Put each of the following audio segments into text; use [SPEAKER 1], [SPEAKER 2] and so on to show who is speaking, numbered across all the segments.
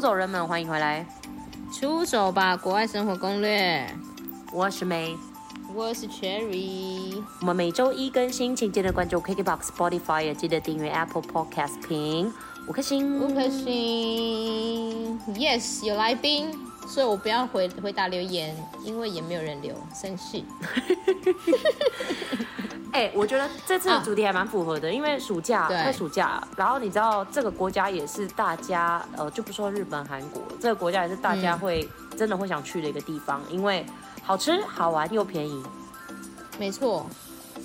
[SPEAKER 1] 走人们，欢迎回来，
[SPEAKER 2] 出走吧，国外生活攻略。
[SPEAKER 1] 我是梅。
[SPEAKER 2] 我是 Cherry，
[SPEAKER 1] 我们每周一更新，请记得关注 KKBOX、Spotify，也记得订阅 Apple Podcast 评五颗星。
[SPEAKER 2] 五颗星。Yes，有来宾，所以我不要回回答留言，因为也没有人留，生气。
[SPEAKER 1] 哎、我觉得这次的主题还蛮符合的，因为暑假，
[SPEAKER 2] 啊对
[SPEAKER 1] 快暑假，然后你知道这个国家也是大家，呃，就不说日本、韩国，这个国家也是大家
[SPEAKER 2] 嗯
[SPEAKER 1] 会、真的会想去的一个地方，因为好吃、好玩又便宜。
[SPEAKER 2] 没错，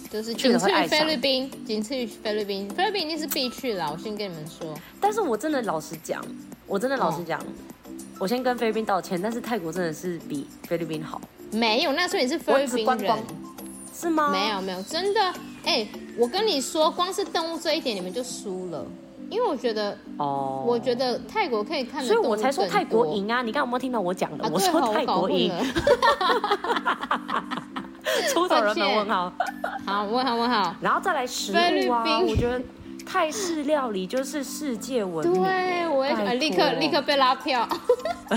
[SPEAKER 2] 就是
[SPEAKER 1] 去
[SPEAKER 2] 仅
[SPEAKER 1] 了会
[SPEAKER 2] 次于
[SPEAKER 1] 爱上
[SPEAKER 2] 菲律宾，仅次于菲律宾，菲律宾一定是必去啦。我先跟你们说，
[SPEAKER 1] 但是我真的老实讲，我真的老
[SPEAKER 2] 哦
[SPEAKER 1] 实讲，我先跟菲律宾道歉，但是泰国真的是比菲律宾好，
[SPEAKER 2] 没有，那时候你是菲
[SPEAKER 1] 我
[SPEAKER 2] 律
[SPEAKER 1] 只
[SPEAKER 2] 宾
[SPEAKER 1] 观光
[SPEAKER 2] 人，
[SPEAKER 1] 是吗？
[SPEAKER 2] 没有没有，真的，哎、我跟你说，光是动物这一点你们就输了，因为我觉得，
[SPEAKER 1] 哦，
[SPEAKER 2] 我觉得泰国可以看的，
[SPEAKER 1] 所以我才说泰国。赢啊！你刚刚有没有听到我讲的？
[SPEAKER 2] 啊，
[SPEAKER 1] 我
[SPEAKER 2] 对
[SPEAKER 1] 说
[SPEAKER 2] 吼
[SPEAKER 1] 泰
[SPEAKER 2] 搞
[SPEAKER 1] 国
[SPEAKER 2] 混
[SPEAKER 1] 赢，
[SPEAKER 2] 了
[SPEAKER 1] 出走人们
[SPEAKER 2] 抱歉
[SPEAKER 1] 问号，
[SPEAKER 2] 好，问好问好。
[SPEAKER 1] 然后再来食
[SPEAKER 2] 菲
[SPEAKER 1] 物
[SPEAKER 2] 律
[SPEAKER 1] 啊，
[SPEAKER 2] 宾
[SPEAKER 1] 我觉得泰式料理就是世界闻名。
[SPEAKER 2] 对，我也
[SPEAKER 1] 拜
[SPEAKER 2] 呃
[SPEAKER 1] 托
[SPEAKER 2] 立刻立刻被拉票，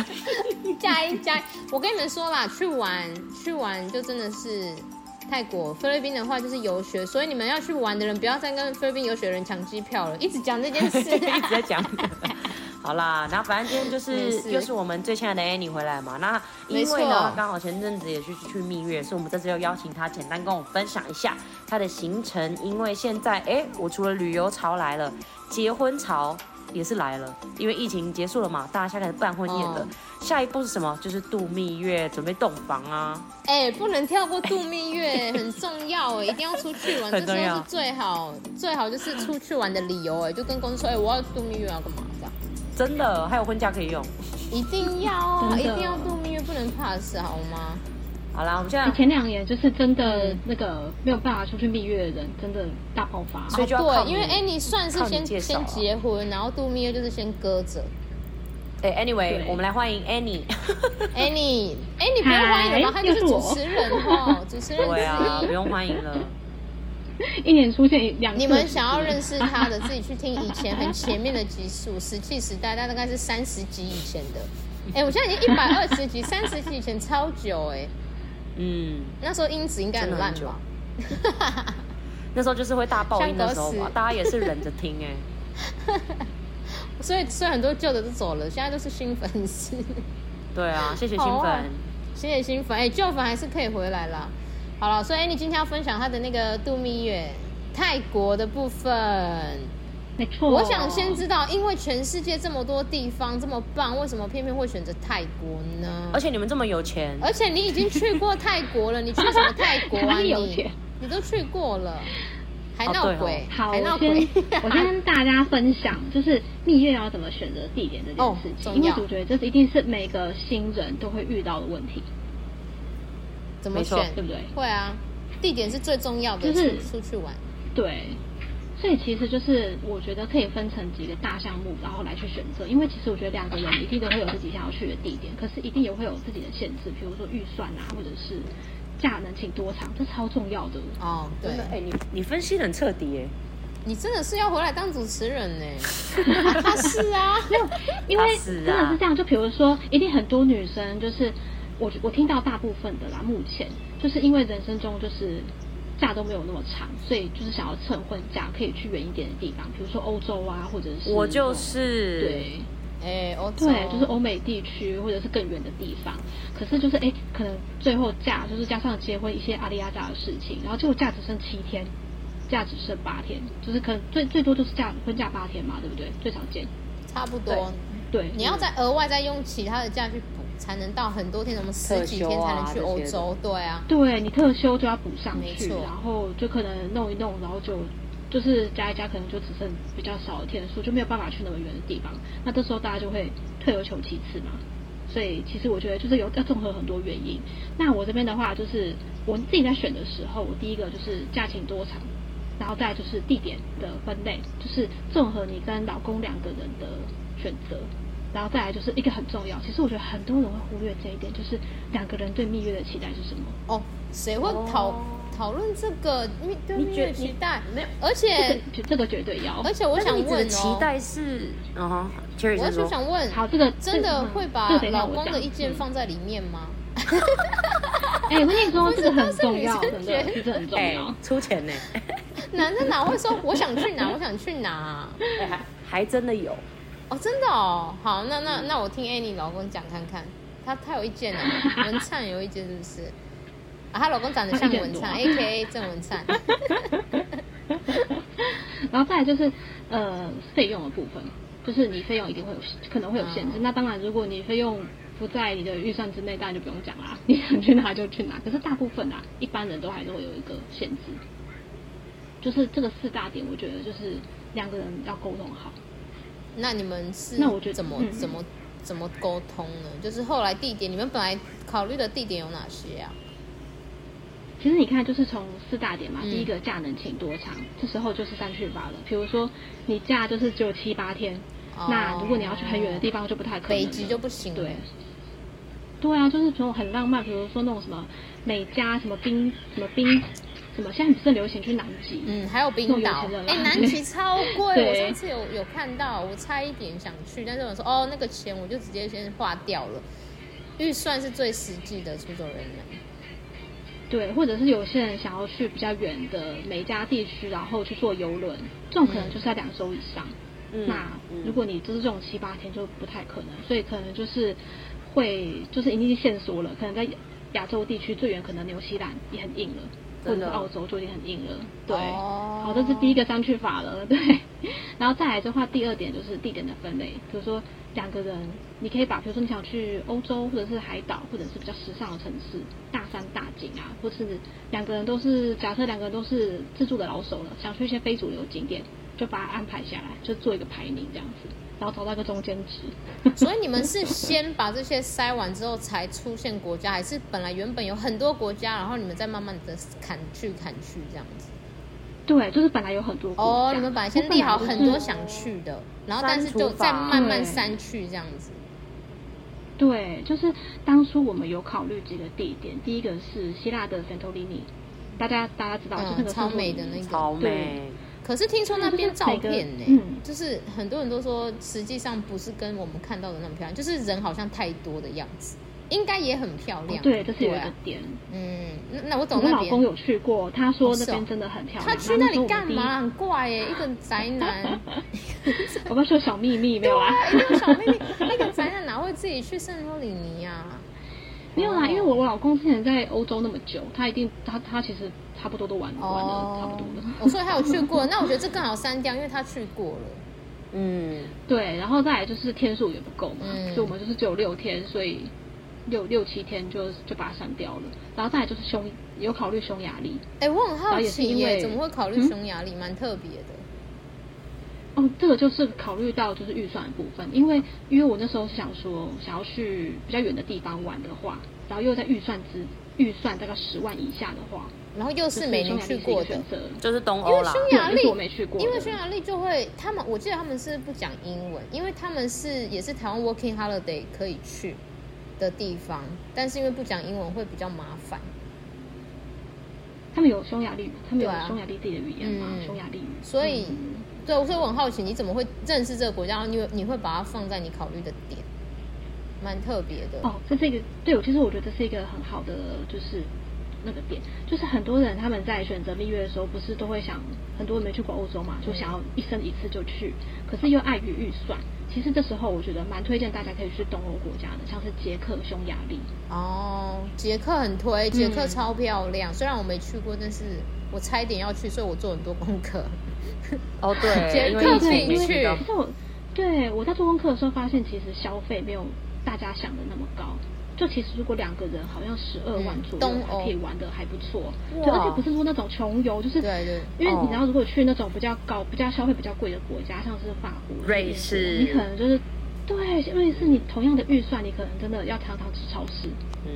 [SPEAKER 2] 加一加一。我跟你们说啦，去玩去玩就真的是泰国、菲律宾的话就是游学，所以你们要去玩的人不要再跟菲律宾游学人抢机票了，一直讲 这件事、
[SPEAKER 1] 一直在讲。好啦，然后反正今天就
[SPEAKER 2] 啊没
[SPEAKER 1] 是
[SPEAKER 2] 事
[SPEAKER 1] 又是我们最亲爱的 Annie 回来嘛。那因
[SPEAKER 2] 没错
[SPEAKER 1] 为呢，刚好前阵子也去去蜜月，所以我们这次又邀请她简单跟我分享一下她的行程。因为现在哎，我除了旅游潮来了，结婚潮也是来了，因为疫情结束了嘛，大家现在开始办婚宴了。
[SPEAKER 2] 哦
[SPEAKER 1] 下一步是什么？就是度蜜月，准备洞房啊。
[SPEAKER 2] 哎、不能跳过度蜜月，很重要哎，一定要出去玩，这
[SPEAKER 1] 很重
[SPEAKER 2] 时
[SPEAKER 1] 要
[SPEAKER 2] 候是最好最好就是出去玩的理由哎，就跟公司说哎、我要度蜜月要干嘛这样，
[SPEAKER 1] 真的，还有婚假可以用。
[SPEAKER 2] 一定要哦，一
[SPEAKER 1] 真的
[SPEAKER 2] 定要度蜜月，不能 pass 好吗？
[SPEAKER 1] 好啦，我们现
[SPEAKER 3] 哎
[SPEAKER 1] 在
[SPEAKER 3] 前两年就是真的
[SPEAKER 2] 嗯
[SPEAKER 3] 那个没有办法出去蜜月的人，真的大爆发。
[SPEAKER 1] 所以就要靠你
[SPEAKER 2] 对，因为 Annie 算是
[SPEAKER 1] 靠你
[SPEAKER 2] 先
[SPEAKER 1] 介绍啊
[SPEAKER 2] 先结婚，然后度蜜月就是先搁 着。
[SPEAKER 1] 哎，anyway，
[SPEAKER 3] 对
[SPEAKER 1] 我们来欢迎 Annie。
[SPEAKER 2] Annie，Annie 不要欢迎了吧，
[SPEAKER 3] 嗨
[SPEAKER 2] 她就是
[SPEAKER 3] 又是我
[SPEAKER 2] 主持人 哦，主持人
[SPEAKER 1] 对啊，
[SPEAKER 2] 之
[SPEAKER 1] 不
[SPEAKER 2] 一。
[SPEAKER 1] 用欢迎了。
[SPEAKER 3] 一年出现两次，
[SPEAKER 2] 你们想要认识她的，自己去听以前很前面的集数，石器时代，大概是三十集以前的。哎，我现在已经一百二十集，三十集以前超久哎，
[SPEAKER 1] 嗯。
[SPEAKER 2] 那时候音质应该
[SPEAKER 1] 真
[SPEAKER 2] 很
[SPEAKER 1] 的
[SPEAKER 2] 烂
[SPEAKER 1] 很久
[SPEAKER 2] 吧？
[SPEAKER 1] 那时候就是会大爆音的时候
[SPEAKER 2] 像
[SPEAKER 1] 嘛
[SPEAKER 2] 狗，屎
[SPEAKER 1] 大家也是忍着听哎、
[SPEAKER 2] 所以所以很多旧的都走了，现在都是新粉丝。
[SPEAKER 1] 对啊，谢谢新
[SPEAKER 2] 好
[SPEAKER 1] 粉。
[SPEAKER 2] 啊新的新粉，哎、旧粉还是可以回来啦。好了，所以 Annie 今天要分享她的那个度蜜月泰国的部分。
[SPEAKER 3] 没错。
[SPEAKER 1] 哦
[SPEAKER 2] 我想先知道，因为全世界这么多地方这么棒，为什么偏偏会选择泰国呢？
[SPEAKER 1] 而且你们这么有钱，
[SPEAKER 2] 而且你已经去过泰国了，你去什么泰国啊？
[SPEAKER 3] 哪里
[SPEAKER 2] 你
[SPEAKER 3] 有钱
[SPEAKER 2] 你都去过了，还
[SPEAKER 1] 哦
[SPEAKER 2] 闹
[SPEAKER 1] 对哦
[SPEAKER 2] 鬼，
[SPEAKER 3] 好，
[SPEAKER 2] 还
[SPEAKER 3] 我
[SPEAKER 2] 闹
[SPEAKER 3] 先
[SPEAKER 2] 哎鬼。
[SPEAKER 3] 我先跟大家分享，就是蜜月要怎么选择地点这件事情，
[SPEAKER 2] 哦重
[SPEAKER 3] 因为
[SPEAKER 2] 要
[SPEAKER 3] 我觉得这一定是每个新人都会遇到的问题，
[SPEAKER 2] 怎么
[SPEAKER 1] 没错
[SPEAKER 2] 选？
[SPEAKER 3] 对不对？
[SPEAKER 2] 会啊，地点是最重要的，
[SPEAKER 3] 就是
[SPEAKER 2] 出出去玩。
[SPEAKER 3] 对，所以其实就是我觉得可以分成几个大项目，然后来去选择。因为其实我觉得两个人一定都会有自己想要去的地点，可是一定也会有自己的限制，比如说预算啊，或者是假能请多长，这超重要的。
[SPEAKER 2] 哦，对
[SPEAKER 1] 真的，哎、你你分析得很彻底哎、
[SPEAKER 2] 你真的是要回来当主持人呢、啊是啊，
[SPEAKER 3] 因为
[SPEAKER 1] 啊是啊
[SPEAKER 3] 真的是这样，就比如说，一定很多女生就是我我听到大部分的啦，目前就是因为人生中就是假都没有那么长，所以就是想要趁婚假可以去远一点的地方，比如说欧洲啊，或者是
[SPEAKER 1] 我就是
[SPEAKER 3] 对。
[SPEAKER 2] 哎、欧洲
[SPEAKER 3] 对，就是欧美地区或者是更远的地方。可是就是哎，诶可能最后假就是加上结婚一些阿里阿扎的事情，然后结果假只剩七天，假只剩八天，就是可能最最多就是假婚假八天嘛，对不对？最少见。
[SPEAKER 2] 差不多。
[SPEAKER 3] 对，
[SPEAKER 2] 你要再额外再用其他的假去补，才能到很多天，我们十几天才能去欧
[SPEAKER 1] 特休
[SPEAKER 2] 洲。对啊，
[SPEAKER 3] 对你特休就要补上
[SPEAKER 2] 没
[SPEAKER 3] 去，
[SPEAKER 2] 错
[SPEAKER 3] 然后就可能弄一弄，然后就就是加一加，可能就只剩比较少的天数，就没有办法去那么远的地方。那这时候大家就会退而求其次嘛。所以其实我觉得就是有要综合很多原因。那我这边的话，就是我自己在选的时候，我第一个就是假请多长，然后再来就是地点的分类，就是综合你跟老公两个人的选择。然后再来就是一个很重要，其实我觉得很多人会忽略这一点，就是两个人对蜜月的期待是什么。
[SPEAKER 2] 哦，谁会讨、
[SPEAKER 1] 哦
[SPEAKER 2] 讨论这个蜜对
[SPEAKER 1] 你
[SPEAKER 2] 蜜
[SPEAKER 1] 觉
[SPEAKER 2] 月期待，
[SPEAKER 1] 没有？
[SPEAKER 2] 而且
[SPEAKER 3] 这个这个绝对要。
[SPEAKER 2] 而且我想
[SPEAKER 1] 但是你
[SPEAKER 2] 问
[SPEAKER 1] 的期
[SPEAKER 2] 哦，
[SPEAKER 1] 待是，嗯哼，Cherry
[SPEAKER 2] 我
[SPEAKER 1] 先
[SPEAKER 2] 就
[SPEAKER 1] 说，
[SPEAKER 2] 想问，
[SPEAKER 3] 好，这个
[SPEAKER 2] 真的会把老公的意见。
[SPEAKER 3] 这个嗯
[SPEAKER 2] 放在里面吗？
[SPEAKER 3] 这个等一下我讲嗯哎，我跟你 说，
[SPEAKER 2] 不是
[SPEAKER 3] 这个
[SPEAKER 2] 都
[SPEAKER 3] 很
[SPEAKER 2] 是
[SPEAKER 3] 重
[SPEAKER 2] 女
[SPEAKER 3] 要，
[SPEAKER 2] 生
[SPEAKER 3] 真
[SPEAKER 2] 觉
[SPEAKER 3] 的
[SPEAKER 2] 得
[SPEAKER 3] 是这很重
[SPEAKER 1] 哎
[SPEAKER 3] 要。，
[SPEAKER 1] 出钱呢，
[SPEAKER 2] 男的哪会说我想去哪，我想去哪？
[SPEAKER 1] 哎还还真的有。
[SPEAKER 2] 哦，真的哦，好，那那那我听 Annie 老公讲看看，他他有意见 啊，文灿有意见是不是？啊，她老公长得像文灿
[SPEAKER 3] 他意
[SPEAKER 2] ，A K A 郑文灿，
[SPEAKER 3] 然后再来就是呃费用的部分，就是你费用一定会有可能会有限制。那当然，如果你费用不在你的预算之内，当然就不用讲啦， 你想去哪就去哪。可是大部分啊，一般人都还是会有一个限制，就是这个四大点，我觉得就是两个人要沟通好。
[SPEAKER 2] 那你们是
[SPEAKER 3] 那我觉得
[SPEAKER 2] 怎么
[SPEAKER 3] 嗯
[SPEAKER 2] 怎么怎么沟通呢？就是后来地点，你们本来考虑的地点有哪些啊？
[SPEAKER 3] 其实你看，就是从四大点嘛，
[SPEAKER 2] 嗯
[SPEAKER 3] 第一个假能请多长，这时候就是三去八了。比如说你假就是只有七八天，
[SPEAKER 2] 哦
[SPEAKER 3] 那如果你要去很远的地方就不太可能了，
[SPEAKER 2] 北极就不行了
[SPEAKER 3] 对，对啊，就是那种很浪漫，比如说那种什么美加什么冰什么冰什么，现在不是很流行去南极，
[SPEAKER 2] 嗯，还有冰岛
[SPEAKER 3] 那种有钱人，
[SPEAKER 2] 哎、
[SPEAKER 3] 啦
[SPEAKER 2] 南极超 贵，
[SPEAKER 3] 对
[SPEAKER 2] 我上次有有看到，我差一点想去，但是我说哦，那个钱我就直接先花掉了，预算是最实际的出走人员。
[SPEAKER 3] 对，或者是有些人想要去比较远的美加地区，然后去坐游轮，这种
[SPEAKER 2] 嗯
[SPEAKER 3] 可能就是在两周以上。
[SPEAKER 1] 嗯
[SPEAKER 3] 那
[SPEAKER 1] 嗯
[SPEAKER 3] 如果你就是这种七八天就不太可能，所以可能就是会就是已经限缩了，可能在亚洲地区最远可能纽西兰也很硬了，或
[SPEAKER 1] 真
[SPEAKER 3] 者是
[SPEAKER 1] 的哦
[SPEAKER 3] 澳洲就已经很硬了。对，
[SPEAKER 2] 哦
[SPEAKER 3] 好，这是第一个删去法了， 对。然后再来的话，第二点就是地点的分类，比如说两个人，你可以把比如说你想去欧洲或者是海岛或者是比较时尚的城市，大山大景啊，或是两个人都是假设两个人都是自助的老手了，想去一些非主流景点，就把它安排下来，就做一个排名这样子，然后找到一个中间值。
[SPEAKER 2] 所以你们是先把这些筛完之后才出现国家，还是本来原本有很多国家，然后你们再慢慢的砍去砍去这样子？
[SPEAKER 3] 对，就是本来有很多国
[SPEAKER 2] 哦，
[SPEAKER 3] 家
[SPEAKER 2] 你们本来
[SPEAKER 3] 我
[SPEAKER 2] 先 列好
[SPEAKER 3] 就是
[SPEAKER 2] 很多想去的，然后但是就
[SPEAKER 1] 删除法
[SPEAKER 2] 再慢慢
[SPEAKER 3] 对
[SPEAKER 2] 删去这样子。
[SPEAKER 3] 对，就是当初我们有考虑几个地点，第一个是希腊的圣托里尼，大家大家知道，就是那
[SPEAKER 2] 嗯，
[SPEAKER 3] 个
[SPEAKER 2] 超美的
[SPEAKER 3] 圣托里
[SPEAKER 2] 那
[SPEAKER 3] 尼
[SPEAKER 2] 个，
[SPEAKER 1] 超美，
[SPEAKER 2] 可是听说那边照片呢、
[SPEAKER 3] 嗯就是每个嗯
[SPEAKER 2] 就是很多人都说，实际上不是跟我们看到的那么漂亮，就是人好像太多的样子，应该也很漂亮。
[SPEAKER 3] 哦对，这是有一
[SPEAKER 2] 啊
[SPEAKER 3] 个点。
[SPEAKER 2] 嗯，那那我走
[SPEAKER 3] 我
[SPEAKER 2] 那
[SPEAKER 3] 老
[SPEAKER 2] 边，
[SPEAKER 3] 公有啊去过，他
[SPEAKER 2] 哦
[SPEAKER 3] 说
[SPEAKER 2] 是哦
[SPEAKER 3] 那边真的很漂亮。
[SPEAKER 2] 他去
[SPEAKER 3] 然
[SPEAKER 2] 那
[SPEAKER 3] 后时候
[SPEAKER 2] 里
[SPEAKER 3] 我们
[SPEAKER 2] 干
[SPEAKER 3] 第一
[SPEAKER 2] 嘛？？很怪耶、一个宅男。
[SPEAKER 3] 我们说小秘密没有啊啦，
[SPEAKER 2] 哎，那个小妹妹，那个宅男哪会自己去圣托里尼啊？
[SPEAKER 3] 没有啦，
[SPEAKER 2] 哦
[SPEAKER 3] 因为我我老公之前在欧洲那么久，他一定他他其实差不多都玩玩了差不多了。
[SPEAKER 2] 哦，所以他有去过，那我觉得这更好删掉，因为他去过了。
[SPEAKER 1] 嗯，
[SPEAKER 3] 对，然后再来就是天数也不够嘛，
[SPEAKER 2] 嗯
[SPEAKER 3] 所以我们就是只有六天，所以六六七天就就把它删掉了。然后再来就是匈有考虑匈牙利
[SPEAKER 2] 哎、我很
[SPEAKER 3] 然
[SPEAKER 2] 好
[SPEAKER 3] 后也是
[SPEAKER 2] 奇
[SPEAKER 3] 因
[SPEAKER 2] 耶、
[SPEAKER 3] 为
[SPEAKER 2] 怎么会考虑
[SPEAKER 3] 嗯
[SPEAKER 2] 匈牙利？蛮特别的。
[SPEAKER 3] 哦，这个就是考虑到就是预算的部分，因为因为我那时候是想说想要去比较远的地方玩的话，然后又在预算之预算大概十万以下的话，
[SPEAKER 2] 然后又
[SPEAKER 3] 就是
[SPEAKER 2] 没
[SPEAKER 3] 匈
[SPEAKER 2] 你
[SPEAKER 3] 牙利是
[SPEAKER 2] 去
[SPEAKER 3] 一个
[SPEAKER 2] 过的
[SPEAKER 3] 选，择。
[SPEAKER 1] 就是东
[SPEAKER 2] 因
[SPEAKER 1] 欧
[SPEAKER 2] 为
[SPEAKER 1] 啦，
[SPEAKER 2] 匈牙
[SPEAKER 3] 对
[SPEAKER 2] 利
[SPEAKER 3] 因为我没去过
[SPEAKER 2] 因为
[SPEAKER 3] 的
[SPEAKER 2] 匈牙利就会他们，我记得他们是不讲英文，因为他们是也是台湾 working holiday 可以去的地方，但是因为不讲英文会比较麻烦。
[SPEAKER 3] 他们有匈牙利语，他们有
[SPEAKER 2] 对啊
[SPEAKER 3] 匈牙利自己的语言嘛，
[SPEAKER 2] 嗯
[SPEAKER 3] 匈牙利语。
[SPEAKER 2] 所以
[SPEAKER 3] 嗯
[SPEAKER 2] 对，所以我很好奇，你怎么会认识这个国家？然后你你会把它放在你考虑的点，蛮特别的。
[SPEAKER 3] 哦，这是一个对我，其实我觉得这是一个很好的，就是那个点，就是很多人他们在选择蜜月的时候，不是都会想，很多人没去过欧洲嘛，就想要一生一次就去，可是又碍于预算。其实这时候我觉得蛮推荐大家可以去东欧国家的，像是捷克、匈牙利。
[SPEAKER 2] 哦，捷克很推，捷克
[SPEAKER 3] 嗯
[SPEAKER 2] 超漂亮，虽然我没去过，但是我差一点要去，所以我做很多功课。
[SPEAKER 1] 哦对，
[SPEAKER 2] 捷
[SPEAKER 1] 因
[SPEAKER 2] 克
[SPEAKER 1] 为疫
[SPEAKER 2] 可以
[SPEAKER 1] 情没
[SPEAKER 2] 去
[SPEAKER 1] 去到
[SPEAKER 3] 其，实我对我在做功课的时候发现，其实消费没有大家想的那么高。就其实如果两个人好像十二万
[SPEAKER 2] 嗯
[SPEAKER 3] 左右，
[SPEAKER 2] 东欧
[SPEAKER 3] 还可以玩的还不错。
[SPEAKER 1] 哇
[SPEAKER 3] 对，而且不是说那种穷游，就是
[SPEAKER 2] 对对
[SPEAKER 3] 因为
[SPEAKER 1] 哦
[SPEAKER 3] 你知道，如果去那种比较高、比较消费比较贵的国家，像是法国、
[SPEAKER 1] 瑞
[SPEAKER 3] 英国
[SPEAKER 1] 士
[SPEAKER 3] 你可能就是对，因为是你同样的预算，你可能真的要常常吃超市。
[SPEAKER 1] 嗯，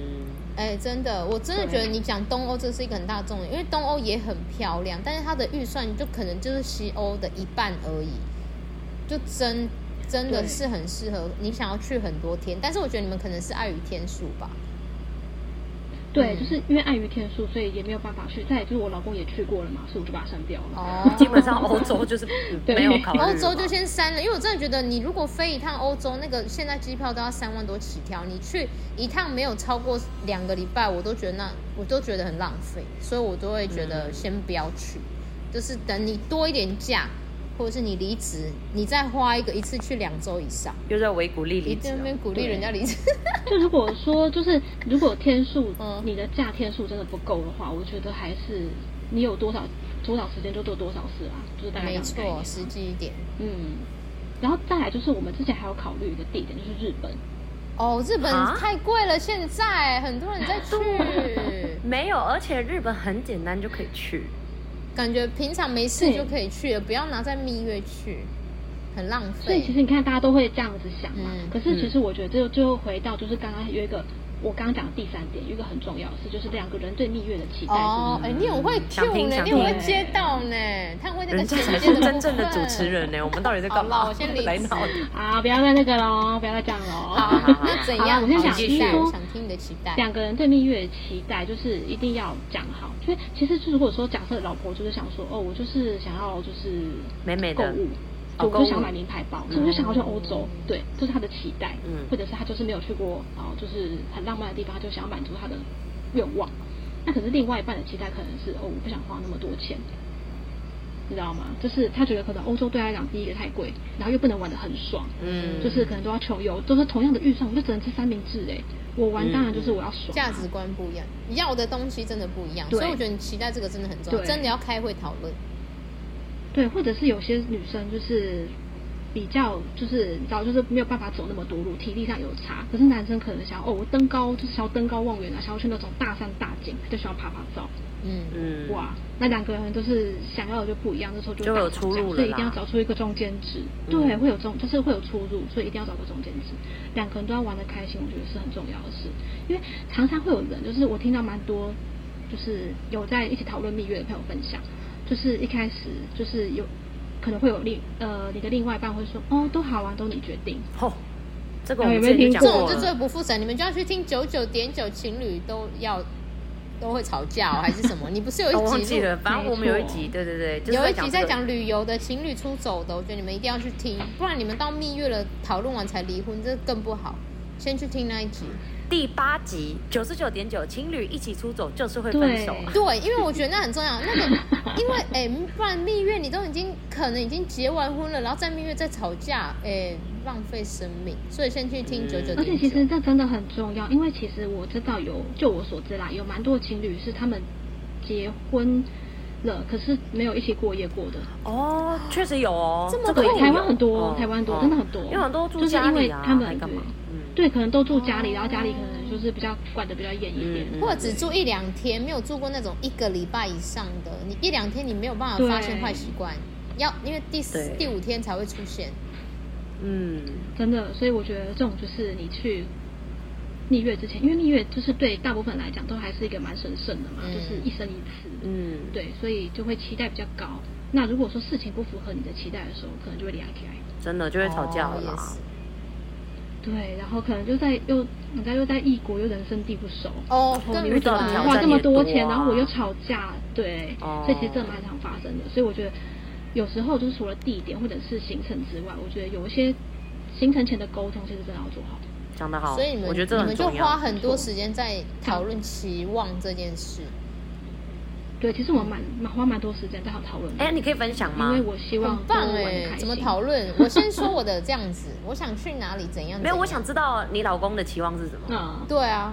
[SPEAKER 2] 哎、真的，我真的觉得你讲东欧这是一个很大的重点，因为东欧也很漂亮，但是它的预算就可能就是西欧的一半而已，就真真的
[SPEAKER 3] 对
[SPEAKER 2] 是很适合你想要去很多天，但是我觉得你们可能是碍于天数吧，
[SPEAKER 3] 对，
[SPEAKER 2] 嗯
[SPEAKER 3] 就是因为碍于天数，所以也没有办法去。再也就是我老公也去过了嘛，所以我就把它删掉了。
[SPEAKER 2] 哦，
[SPEAKER 1] 基本上欧洲就是
[SPEAKER 3] 对
[SPEAKER 1] 没有考虑了吧，
[SPEAKER 2] 欧洲就先删了，因为我真的觉得你如果飞一趟欧洲，那个现在机票都要三万多起跳，你去一趟没有超过两个礼拜，我都觉得那我都觉得很浪费，所以我都会觉得先不要去，就是等你多一点假，或者是你离职，你再花一个一次去两周以上，
[SPEAKER 1] 又在维古利
[SPEAKER 2] 一
[SPEAKER 1] 离职哦
[SPEAKER 2] 定
[SPEAKER 1] 了
[SPEAKER 2] 那边鼓励人家离职。
[SPEAKER 3] 就如果说就是如果天数
[SPEAKER 2] 嗯，
[SPEAKER 3] 你的假天数真的不够的话，我觉得还是你有多少多少时间就做多少事啦，就是大概这
[SPEAKER 2] 没
[SPEAKER 3] 样的概
[SPEAKER 2] 错，
[SPEAKER 3] 念
[SPEAKER 2] 实际一点。
[SPEAKER 3] 嗯，然后再来就是我们之前还有考虑一个地点，就是日本。
[SPEAKER 2] 哦，日本
[SPEAKER 1] 啊
[SPEAKER 2] 太贵了，现在很多人在去。
[SPEAKER 1] 没有，而且日本很简单就可以去。
[SPEAKER 2] 感觉平常没事
[SPEAKER 3] 对
[SPEAKER 2] 就可以去了，不要拿在蜜月去，很浪
[SPEAKER 3] 所以
[SPEAKER 2] 费
[SPEAKER 3] 其。实你看，大家都会这样子想嘛。
[SPEAKER 2] 嗯
[SPEAKER 3] 可是其实我觉得这就最后回到就是刚刚有一个我刚刚讲的第三点，有一个很重要的事，就是两个人对蜜月的期待是什
[SPEAKER 2] 哦
[SPEAKER 3] 么。，
[SPEAKER 2] 哎、你很会
[SPEAKER 1] 嗯
[SPEAKER 2] Q
[SPEAKER 1] 想听
[SPEAKER 2] 呢，
[SPEAKER 1] 想
[SPEAKER 2] 你
[SPEAKER 1] 听
[SPEAKER 2] 很会接到呢，他很会那个
[SPEAKER 1] 人家
[SPEAKER 2] 衔
[SPEAKER 1] 才是
[SPEAKER 2] 接的
[SPEAKER 1] 真
[SPEAKER 2] 部
[SPEAKER 1] 正的主
[SPEAKER 2] 分
[SPEAKER 1] 持。人 呢，我们到底在
[SPEAKER 2] 好
[SPEAKER 1] 干
[SPEAKER 2] 了，
[SPEAKER 1] 嘛？
[SPEAKER 2] 我先离
[SPEAKER 1] 来
[SPEAKER 2] 职。
[SPEAKER 1] 闹你
[SPEAKER 3] 啊，不要再那个喽，不要再这样喽。
[SPEAKER 2] 哎好好，那怎
[SPEAKER 3] 好
[SPEAKER 2] 样？
[SPEAKER 3] 啦我先
[SPEAKER 2] 好
[SPEAKER 3] 想
[SPEAKER 2] 期
[SPEAKER 3] 听
[SPEAKER 2] 待，
[SPEAKER 3] 说
[SPEAKER 2] 我想听你的期待。
[SPEAKER 3] 两个人对蜜月的期待就是一定要讲好，因为其实如果说假设老婆就是想说，哦，我就是想要就是
[SPEAKER 1] 美美
[SPEAKER 3] 购
[SPEAKER 1] 的
[SPEAKER 3] 物。
[SPEAKER 1] 哦
[SPEAKER 3] 我
[SPEAKER 1] 购物
[SPEAKER 3] 就想买名牌包，所以我就想要去欧洲，对，这、是他的期待，
[SPEAKER 1] 嗯
[SPEAKER 3] 或者是他就是没有去过哦，就是很浪漫的地方，他就想要满足他的愿望。那可是另外一半的期待可能是哦，我不想花那么多钱，你知道吗？就是他觉得可能欧洲对他来讲第一个太贵，然后又不能玩的很爽，
[SPEAKER 1] 嗯
[SPEAKER 3] 就是可能都要穷游，都是同样的预算，我就只能吃三明治哎、我玩当然就是我要爽、
[SPEAKER 2] 价值观不一样，要的东西真的不一样，
[SPEAKER 3] 对
[SPEAKER 2] 所以我觉得你期待这个真的很重要，
[SPEAKER 3] 对
[SPEAKER 2] 真的要开会讨论。
[SPEAKER 3] 对，或者是有些女生就是比较就是你知道就是没有办法走那么多路，体力上有差。可是男生可能想要哦，我登高就是想要登高望远啊，想要去那种大山大景，就想要爬爬照。
[SPEAKER 2] 嗯，
[SPEAKER 1] 嗯，
[SPEAKER 3] 哇，那两个人都是想要的就不一样，那时候就
[SPEAKER 1] 就
[SPEAKER 3] 大
[SPEAKER 1] 有
[SPEAKER 3] 吵
[SPEAKER 1] 出
[SPEAKER 3] 架
[SPEAKER 1] 入
[SPEAKER 3] 所
[SPEAKER 1] 了
[SPEAKER 3] 以一定要
[SPEAKER 1] 啦
[SPEAKER 3] 找出一个中间值。
[SPEAKER 1] 嗯
[SPEAKER 3] 对，会有中，就是会有出入，所以一定要找个中间值。两个人都要玩的开心，我觉得是很重要的事。因为常常会有人，就是我听到蛮多，就是有在一起讨论蜜月的朋友分享，就是一开始就是有可能会有另呃你的另外一半会说哦都好啊，都你决定。
[SPEAKER 1] 吼，这个我们
[SPEAKER 3] 有
[SPEAKER 1] 之
[SPEAKER 3] 没
[SPEAKER 1] 前
[SPEAKER 3] 有
[SPEAKER 1] 就
[SPEAKER 3] 听
[SPEAKER 1] 讲
[SPEAKER 2] 这
[SPEAKER 3] 过
[SPEAKER 2] 种
[SPEAKER 1] 过
[SPEAKER 2] 就最
[SPEAKER 1] 了。
[SPEAKER 2] 不负责，你们就要去听九九点九情侣都要都会吵架、哦、还是什么？你不是有
[SPEAKER 1] 我忘
[SPEAKER 2] 一集
[SPEAKER 1] 记
[SPEAKER 2] 录
[SPEAKER 1] 了，反正我们有一集，对对对，就是
[SPEAKER 2] 有一集在
[SPEAKER 1] 这个
[SPEAKER 2] 讲旅游的情侣出走的，我觉得你们一定要去听，不然你们到蜜月了讨论完才离婚，这更不好。先去听那一集，
[SPEAKER 1] 第八集九十九点九，情侣一起出走就是会分手。
[SPEAKER 3] 对
[SPEAKER 2] 对，因为我觉得那很重要。那个，因为 哎、不然蜜月你都已经可能已经结完婚了，然后在蜜月再吵架，哎、浪费生命。所以先去听
[SPEAKER 1] 嗯
[SPEAKER 2] 九九
[SPEAKER 3] 而且
[SPEAKER 2] 点
[SPEAKER 3] 其
[SPEAKER 2] 九
[SPEAKER 3] 实。这真的很重要，因为其实我知道有，就我所知啦，有蛮多情侣是他们结婚了，可是没有一起过夜过的。
[SPEAKER 1] 哦，确实有哦，
[SPEAKER 2] 这么
[SPEAKER 1] 这个
[SPEAKER 2] 多
[SPEAKER 1] 也
[SPEAKER 3] 台
[SPEAKER 1] 有
[SPEAKER 3] 湾很多，
[SPEAKER 1] 哦
[SPEAKER 3] 台湾很多，
[SPEAKER 1] 哦
[SPEAKER 3] 真的很多，
[SPEAKER 1] 因为很多住
[SPEAKER 3] 就是
[SPEAKER 1] 家
[SPEAKER 3] 因为
[SPEAKER 1] 里啊，
[SPEAKER 3] 他们
[SPEAKER 1] 还干嘛？
[SPEAKER 3] 对，可能都住家里，然后家里可能就是比较管的比较严一点。
[SPEAKER 1] 哦嗯嗯
[SPEAKER 2] 或者只住一两天，没有住过那种一个礼拜以上的，你一两天你没有办法发现
[SPEAKER 3] 对
[SPEAKER 2] 坏习惯，要因为第四
[SPEAKER 1] 对
[SPEAKER 2] 第五天才会出现。
[SPEAKER 1] 嗯，
[SPEAKER 3] 真的，所以我觉得这种就是你去蜜月之前，因为蜜月就是对大部分来讲都还是一个蛮神圣的嘛，
[SPEAKER 2] 嗯
[SPEAKER 3] 就是一生一次。
[SPEAKER 1] 嗯嗯，
[SPEAKER 3] 对，所以就会期待比较高。那如果说事情不符合你的期待的时候，可能就会离开。
[SPEAKER 1] 真的就会吵架了
[SPEAKER 2] 哦也
[SPEAKER 1] 啦。
[SPEAKER 2] 是
[SPEAKER 3] 对，然后可能就在又人家又在异国又人生地不熟，
[SPEAKER 2] 哦，
[SPEAKER 3] 然后
[SPEAKER 2] 更
[SPEAKER 3] 你
[SPEAKER 1] 遇
[SPEAKER 3] 又
[SPEAKER 1] 到
[SPEAKER 2] 多
[SPEAKER 1] 的挑
[SPEAKER 3] 花
[SPEAKER 1] 战
[SPEAKER 3] 这么
[SPEAKER 1] 也多
[SPEAKER 3] 多
[SPEAKER 1] 啊
[SPEAKER 3] 钱，然后我又吵架，对，
[SPEAKER 1] 哦
[SPEAKER 3] 所以其实这蛮常发生的。所以我觉得有时候就是除了地点或者是行程之外，我觉得有一些行程前的沟通其实真的要做好。
[SPEAKER 1] 讲得好，
[SPEAKER 2] 所以你们
[SPEAKER 1] 我觉得这
[SPEAKER 2] 你
[SPEAKER 1] 很
[SPEAKER 2] 们就
[SPEAKER 1] 重要。
[SPEAKER 2] 花很多时间在讨论期望这件事。
[SPEAKER 3] 对，其实我蛮蛮花蛮多时间在讨论的，
[SPEAKER 1] 嗯哎，你可以分享吗
[SPEAKER 3] 因为？我希望
[SPEAKER 2] 很棒
[SPEAKER 3] 哎、
[SPEAKER 2] 哎、怎么讨论？我先说我的这样子，我想去哪里，怎样？
[SPEAKER 1] 没有，
[SPEAKER 2] 怎样
[SPEAKER 1] 我想知道你老公的期望是什么。
[SPEAKER 3] 嗯，
[SPEAKER 2] 对啊，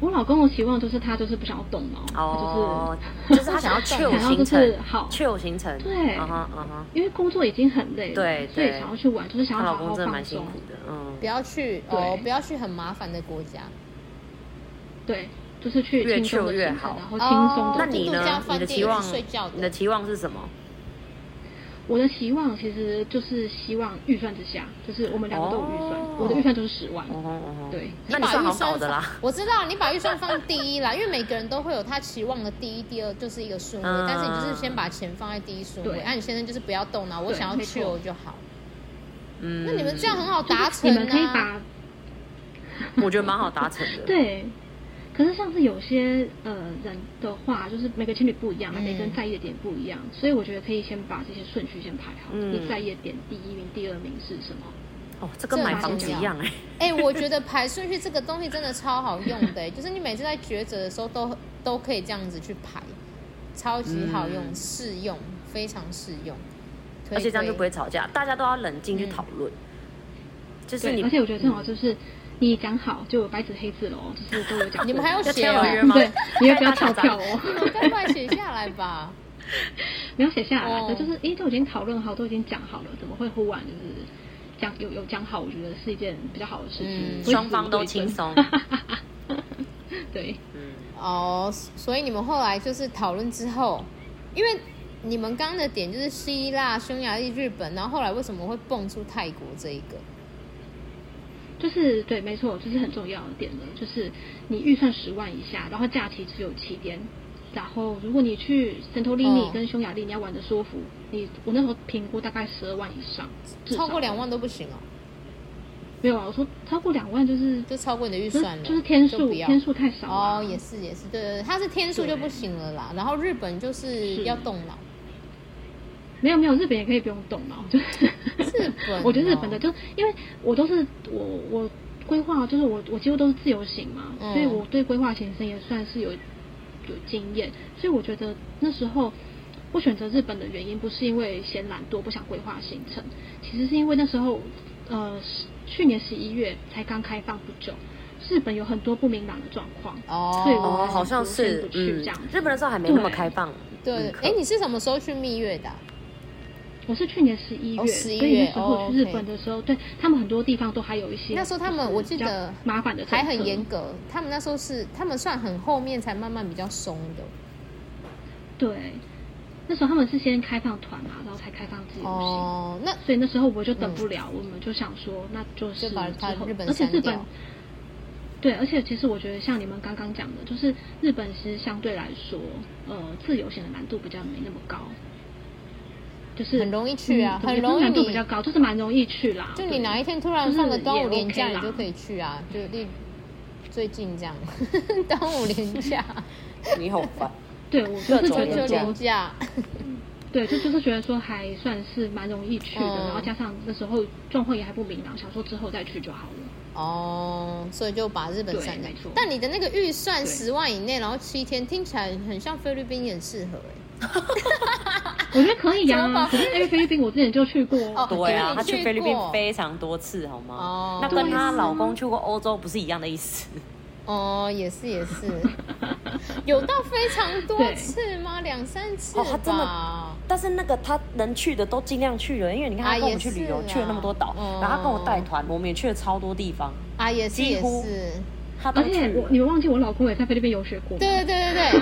[SPEAKER 3] 我老公的期望就是他就是不想要动脑，
[SPEAKER 1] 哦
[SPEAKER 3] 他就是，
[SPEAKER 1] 就是他想要 chill
[SPEAKER 3] 想要
[SPEAKER 1] 行
[SPEAKER 3] 就是
[SPEAKER 1] 程，
[SPEAKER 3] 好
[SPEAKER 1] chill 行程，
[SPEAKER 3] 对
[SPEAKER 1] 嗯哼嗯哼，
[SPEAKER 3] 因为工作已经很累了，
[SPEAKER 1] 对
[SPEAKER 3] 所以
[SPEAKER 1] 对
[SPEAKER 3] 想要去玩，就是想
[SPEAKER 1] 她
[SPEAKER 3] 要
[SPEAKER 1] 老
[SPEAKER 3] 好好
[SPEAKER 1] 公真的蛮
[SPEAKER 3] 放
[SPEAKER 1] 辛
[SPEAKER 3] 松
[SPEAKER 1] 苦，的，嗯，
[SPEAKER 2] 不要去
[SPEAKER 3] 对
[SPEAKER 2] 哦，不要去很麻烦的国家。
[SPEAKER 3] 对，就是去
[SPEAKER 1] 越
[SPEAKER 3] 轻松的
[SPEAKER 1] chill 越
[SPEAKER 3] 行程
[SPEAKER 1] 好
[SPEAKER 3] 然后轻松
[SPEAKER 2] 哦
[SPEAKER 3] 的。
[SPEAKER 1] 那你
[SPEAKER 2] 度假
[SPEAKER 1] 呢？
[SPEAKER 2] 饭
[SPEAKER 1] 你的
[SPEAKER 2] 店
[SPEAKER 1] 期
[SPEAKER 2] 也是
[SPEAKER 1] 望
[SPEAKER 2] 睡觉的，
[SPEAKER 1] 你的期望是什么？
[SPEAKER 3] 我的期望其实就是希望预算之下，就是我们两个都有预算，
[SPEAKER 1] 哦
[SPEAKER 3] 我的预算就是十万，
[SPEAKER 1] 哦吼哦吼，
[SPEAKER 3] 对，
[SPEAKER 1] 那你
[SPEAKER 2] 你把
[SPEAKER 1] 算
[SPEAKER 2] 预
[SPEAKER 1] 好搞
[SPEAKER 2] 算
[SPEAKER 1] 的
[SPEAKER 2] 放
[SPEAKER 1] 啦。，
[SPEAKER 2] 我知道你把预算放第一啦，因为每个人都会有他期望的第一、第二，就是一个顺位，
[SPEAKER 1] 嗯
[SPEAKER 2] 但是你就是先把钱放在第一顺位，
[SPEAKER 3] 对
[SPEAKER 2] 啊，你现在就是不要动脑，我
[SPEAKER 3] 对
[SPEAKER 2] 想要
[SPEAKER 3] 没
[SPEAKER 2] 去
[SPEAKER 3] 错
[SPEAKER 2] 我就好。
[SPEAKER 1] 嗯，
[SPEAKER 2] 那你们这样很好达
[SPEAKER 3] 你
[SPEAKER 2] 成
[SPEAKER 3] 们可以
[SPEAKER 2] 啊，
[SPEAKER 3] 把
[SPEAKER 1] 我觉得蛮好达成的。，
[SPEAKER 3] 对。可是像是有些呃人的话，就是每个情侣不一样，
[SPEAKER 1] 嗯
[SPEAKER 3] 每个人在意的点不一样，所以我觉得可以先把这些顺序先排好，
[SPEAKER 1] 嗯
[SPEAKER 3] 你在意的点第一名、第二名是什么？
[SPEAKER 1] 哦，这跟
[SPEAKER 2] 这
[SPEAKER 1] 买
[SPEAKER 2] 蛮
[SPEAKER 1] 房
[SPEAKER 2] 重
[SPEAKER 1] 子
[SPEAKER 2] 要
[SPEAKER 1] 一样哎、
[SPEAKER 2] 哎、我觉得排顺序这个东西真的超好用的、欸就是你每次在抉择的时候都都可以这样子去排，超级好用，
[SPEAKER 1] 嗯
[SPEAKER 2] 适用，非常适用。推
[SPEAKER 1] 而且这样就不
[SPEAKER 2] 推
[SPEAKER 1] 会吵架，大家都要冷静去讨论。就是
[SPEAKER 3] 嗯对，
[SPEAKER 1] 你
[SPEAKER 3] 而且我觉得正好就是你讲好，就有白纸黑字喽，就是都有讲过。
[SPEAKER 2] 你们还要
[SPEAKER 1] 要
[SPEAKER 2] 写
[SPEAKER 1] 签合约
[SPEAKER 2] 哦、
[SPEAKER 1] 吗？
[SPEAKER 3] 啊 对，你也不要跳票哦，
[SPEAKER 2] 我赶快写下来吧。
[SPEAKER 3] 你要写下来的，
[SPEAKER 2] 哦
[SPEAKER 3] 就是诶，都已经讨论好，都已经讲好了，怎么会忽然就是讲有有讲好？我觉得是一件比较好的事情，
[SPEAKER 2] 嗯
[SPEAKER 3] 不会
[SPEAKER 1] 双方
[SPEAKER 3] 死无
[SPEAKER 1] 都
[SPEAKER 3] 对
[SPEAKER 1] 轻
[SPEAKER 3] 证。
[SPEAKER 1] 松。
[SPEAKER 3] 对，
[SPEAKER 1] 嗯，
[SPEAKER 2] 哦，所以你们后来就是讨论之后，因为你们刚刚的点就是希腊、匈牙利、日本，然后后来为什么会蹦出泰国这一个？
[SPEAKER 3] 就是对，没错，这、是很重要的点了，就是你预算十万以下，然后假期只有七天。然后，如果你去圣托里尼
[SPEAKER 2] 哦
[SPEAKER 3] 跟匈牙利，你要玩的舒服，你我那时候评估大概十二万以上，至少
[SPEAKER 2] 超过两万都不行哦、
[SPEAKER 3] 没有啊？我说超过两万就是
[SPEAKER 2] 就超过你的预
[SPEAKER 3] 就是
[SPEAKER 2] 算了，
[SPEAKER 3] 嗯就是天
[SPEAKER 2] 就
[SPEAKER 3] 数
[SPEAKER 2] 不要
[SPEAKER 3] 天数太少啊
[SPEAKER 2] 哦，
[SPEAKER 3] 了。
[SPEAKER 2] 也是也是，对对对，它是天数就不行了啦。然后日本就是
[SPEAKER 3] 是
[SPEAKER 2] 要动脑，
[SPEAKER 3] 没有没有，日本也可以不用动脑，就是
[SPEAKER 2] 日本哦
[SPEAKER 3] 我觉得日本的就因为我都是我我规划就是我我几乎都是自由行嘛，
[SPEAKER 2] 嗯
[SPEAKER 3] 所以我对规划行程也算是有有经验，所以我觉得那时候。不选择日本的原因不是因为嫌懒惰不想规划行程，其实是因为那时候，呃，十去年十一月才刚开放不久，日本有很多不明朗的状况，
[SPEAKER 2] 哦
[SPEAKER 3] 所以我
[SPEAKER 1] 哦，
[SPEAKER 3] 还
[SPEAKER 1] 好像
[SPEAKER 3] 是先
[SPEAKER 1] 是
[SPEAKER 3] 不，去
[SPEAKER 1] 嗯
[SPEAKER 3] 这样子，
[SPEAKER 1] 日本的时候还没那么
[SPEAKER 3] 对
[SPEAKER 1] 开放。嗯
[SPEAKER 2] 对，
[SPEAKER 1] 可
[SPEAKER 2] 哎，你是什么时候去蜜月的啊、
[SPEAKER 3] 我是去年十一月，
[SPEAKER 2] 哦11
[SPEAKER 3] 所以
[SPEAKER 2] 月
[SPEAKER 3] 那时候
[SPEAKER 2] 哦
[SPEAKER 3] 去日
[SPEAKER 2] OK
[SPEAKER 3] 本的时候，对他们很多地方都还有一些。
[SPEAKER 2] 那时候他们
[SPEAKER 3] 就是
[SPEAKER 2] 我记
[SPEAKER 3] 比较
[SPEAKER 2] 得
[SPEAKER 3] 麻烦的政策
[SPEAKER 2] 还很严。格，他们那时候是他们算很后面才慢慢比较松的。
[SPEAKER 3] 对，那时候他们是先开放团嘛，然后才开放自由行。
[SPEAKER 2] 哦，那
[SPEAKER 3] 所以那时候我就等不了，我们就想说，那就是
[SPEAKER 2] 就把
[SPEAKER 3] 之
[SPEAKER 2] 它
[SPEAKER 3] 后
[SPEAKER 2] 日本
[SPEAKER 3] 而且
[SPEAKER 2] 删
[SPEAKER 3] 日本
[SPEAKER 2] 掉，
[SPEAKER 3] 对，而且其实我觉得像你们刚刚讲的，就是日本其实相对来说，呃，自由行的难度比较没那么高，就是
[SPEAKER 2] 很容易去啊
[SPEAKER 3] 嗯怎么
[SPEAKER 2] 很
[SPEAKER 3] 讲
[SPEAKER 2] 容易
[SPEAKER 3] 难度比
[SPEAKER 2] 你
[SPEAKER 3] 较高，就是蛮容易去啦。
[SPEAKER 2] 就你
[SPEAKER 3] 对
[SPEAKER 2] 哪一天突然放个
[SPEAKER 3] 就是
[SPEAKER 2] 端
[SPEAKER 3] 也
[SPEAKER 2] 午连假，
[SPEAKER 3] 嗯 OK 啦
[SPEAKER 2] 你就可以去啊，就例最近这样， 端午连假，
[SPEAKER 1] 你好烦。
[SPEAKER 3] 对我就
[SPEAKER 1] 各
[SPEAKER 3] 是
[SPEAKER 1] 种
[SPEAKER 3] 觉
[SPEAKER 2] 中秋
[SPEAKER 3] 得
[SPEAKER 1] 廉价
[SPEAKER 3] 说
[SPEAKER 2] 连假，
[SPEAKER 3] 对，就就是觉得说还算是蛮容易去的，
[SPEAKER 2] 嗯
[SPEAKER 3] 然后加上那时候状况也还不明朗，想说之后再去就好了。
[SPEAKER 2] 哦，所以就把日本
[SPEAKER 3] 对
[SPEAKER 2] 删掉
[SPEAKER 3] 没错。
[SPEAKER 2] 但你的那个预算
[SPEAKER 3] 对
[SPEAKER 2] 十万以内，然后七天，听起来很像菲律宾也很适合哎、
[SPEAKER 3] 我觉得可以呀、
[SPEAKER 2] 啊 怎么把
[SPEAKER 3] 可是因为菲律宾我之前就去过，
[SPEAKER 2] 哦
[SPEAKER 1] 对啊，
[SPEAKER 2] 因为你
[SPEAKER 1] 她去
[SPEAKER 2] 去
[SPEAKER 1] 菲律宾
[SPEAKER 2] 过
[SPEAKER 1] 非常多次，好
[SPEAKER 2] 哦
[SPEAKER 1] 吗？那跟她老公去过欧洲不是一样的意思？
[SPEAKER 2] 哦，也是也是，有到非常多
[SPEAKER 3] 对
[SPEAKER 2] 次吗？两三次
[SPEAKER 1] 哦他真的
[SPEAKER 2] 吧。
[SPEAKER 1] 但是那个她能去的都尽量去了，因为你看
[SPEAKER 2] 啊
[SPEAKER 1] 她跟我
[SPEAKER 2] 也
[SPEAKER 1] 们去旅游
[SPEAKER 2] 是
[SPEAKER 1] 去了那么多岛
[SPEAKER 2] 啊嗯，
[SPEAKER 1] 然后她跟我带团，我们也去了超多地方，
[SPEAKER 2] 啊，也是
[SPEAKER 1] 几
[SPEAKER 2] 也
[SPEAKER 1] 乎
[SPEAKER 2] 是，
[SPEAKER 1] 她都
[SPEAKER 3] 而
[SPEAKER 1] 去
[SPEAKER 3] 且我
[SPEAKER 1] 了
[SPEAKER 2] 嗯
[SPEAKER 3] 你。们忘记我老公也在菲律宾游学过，
[SPEAKER 2] 对对对对对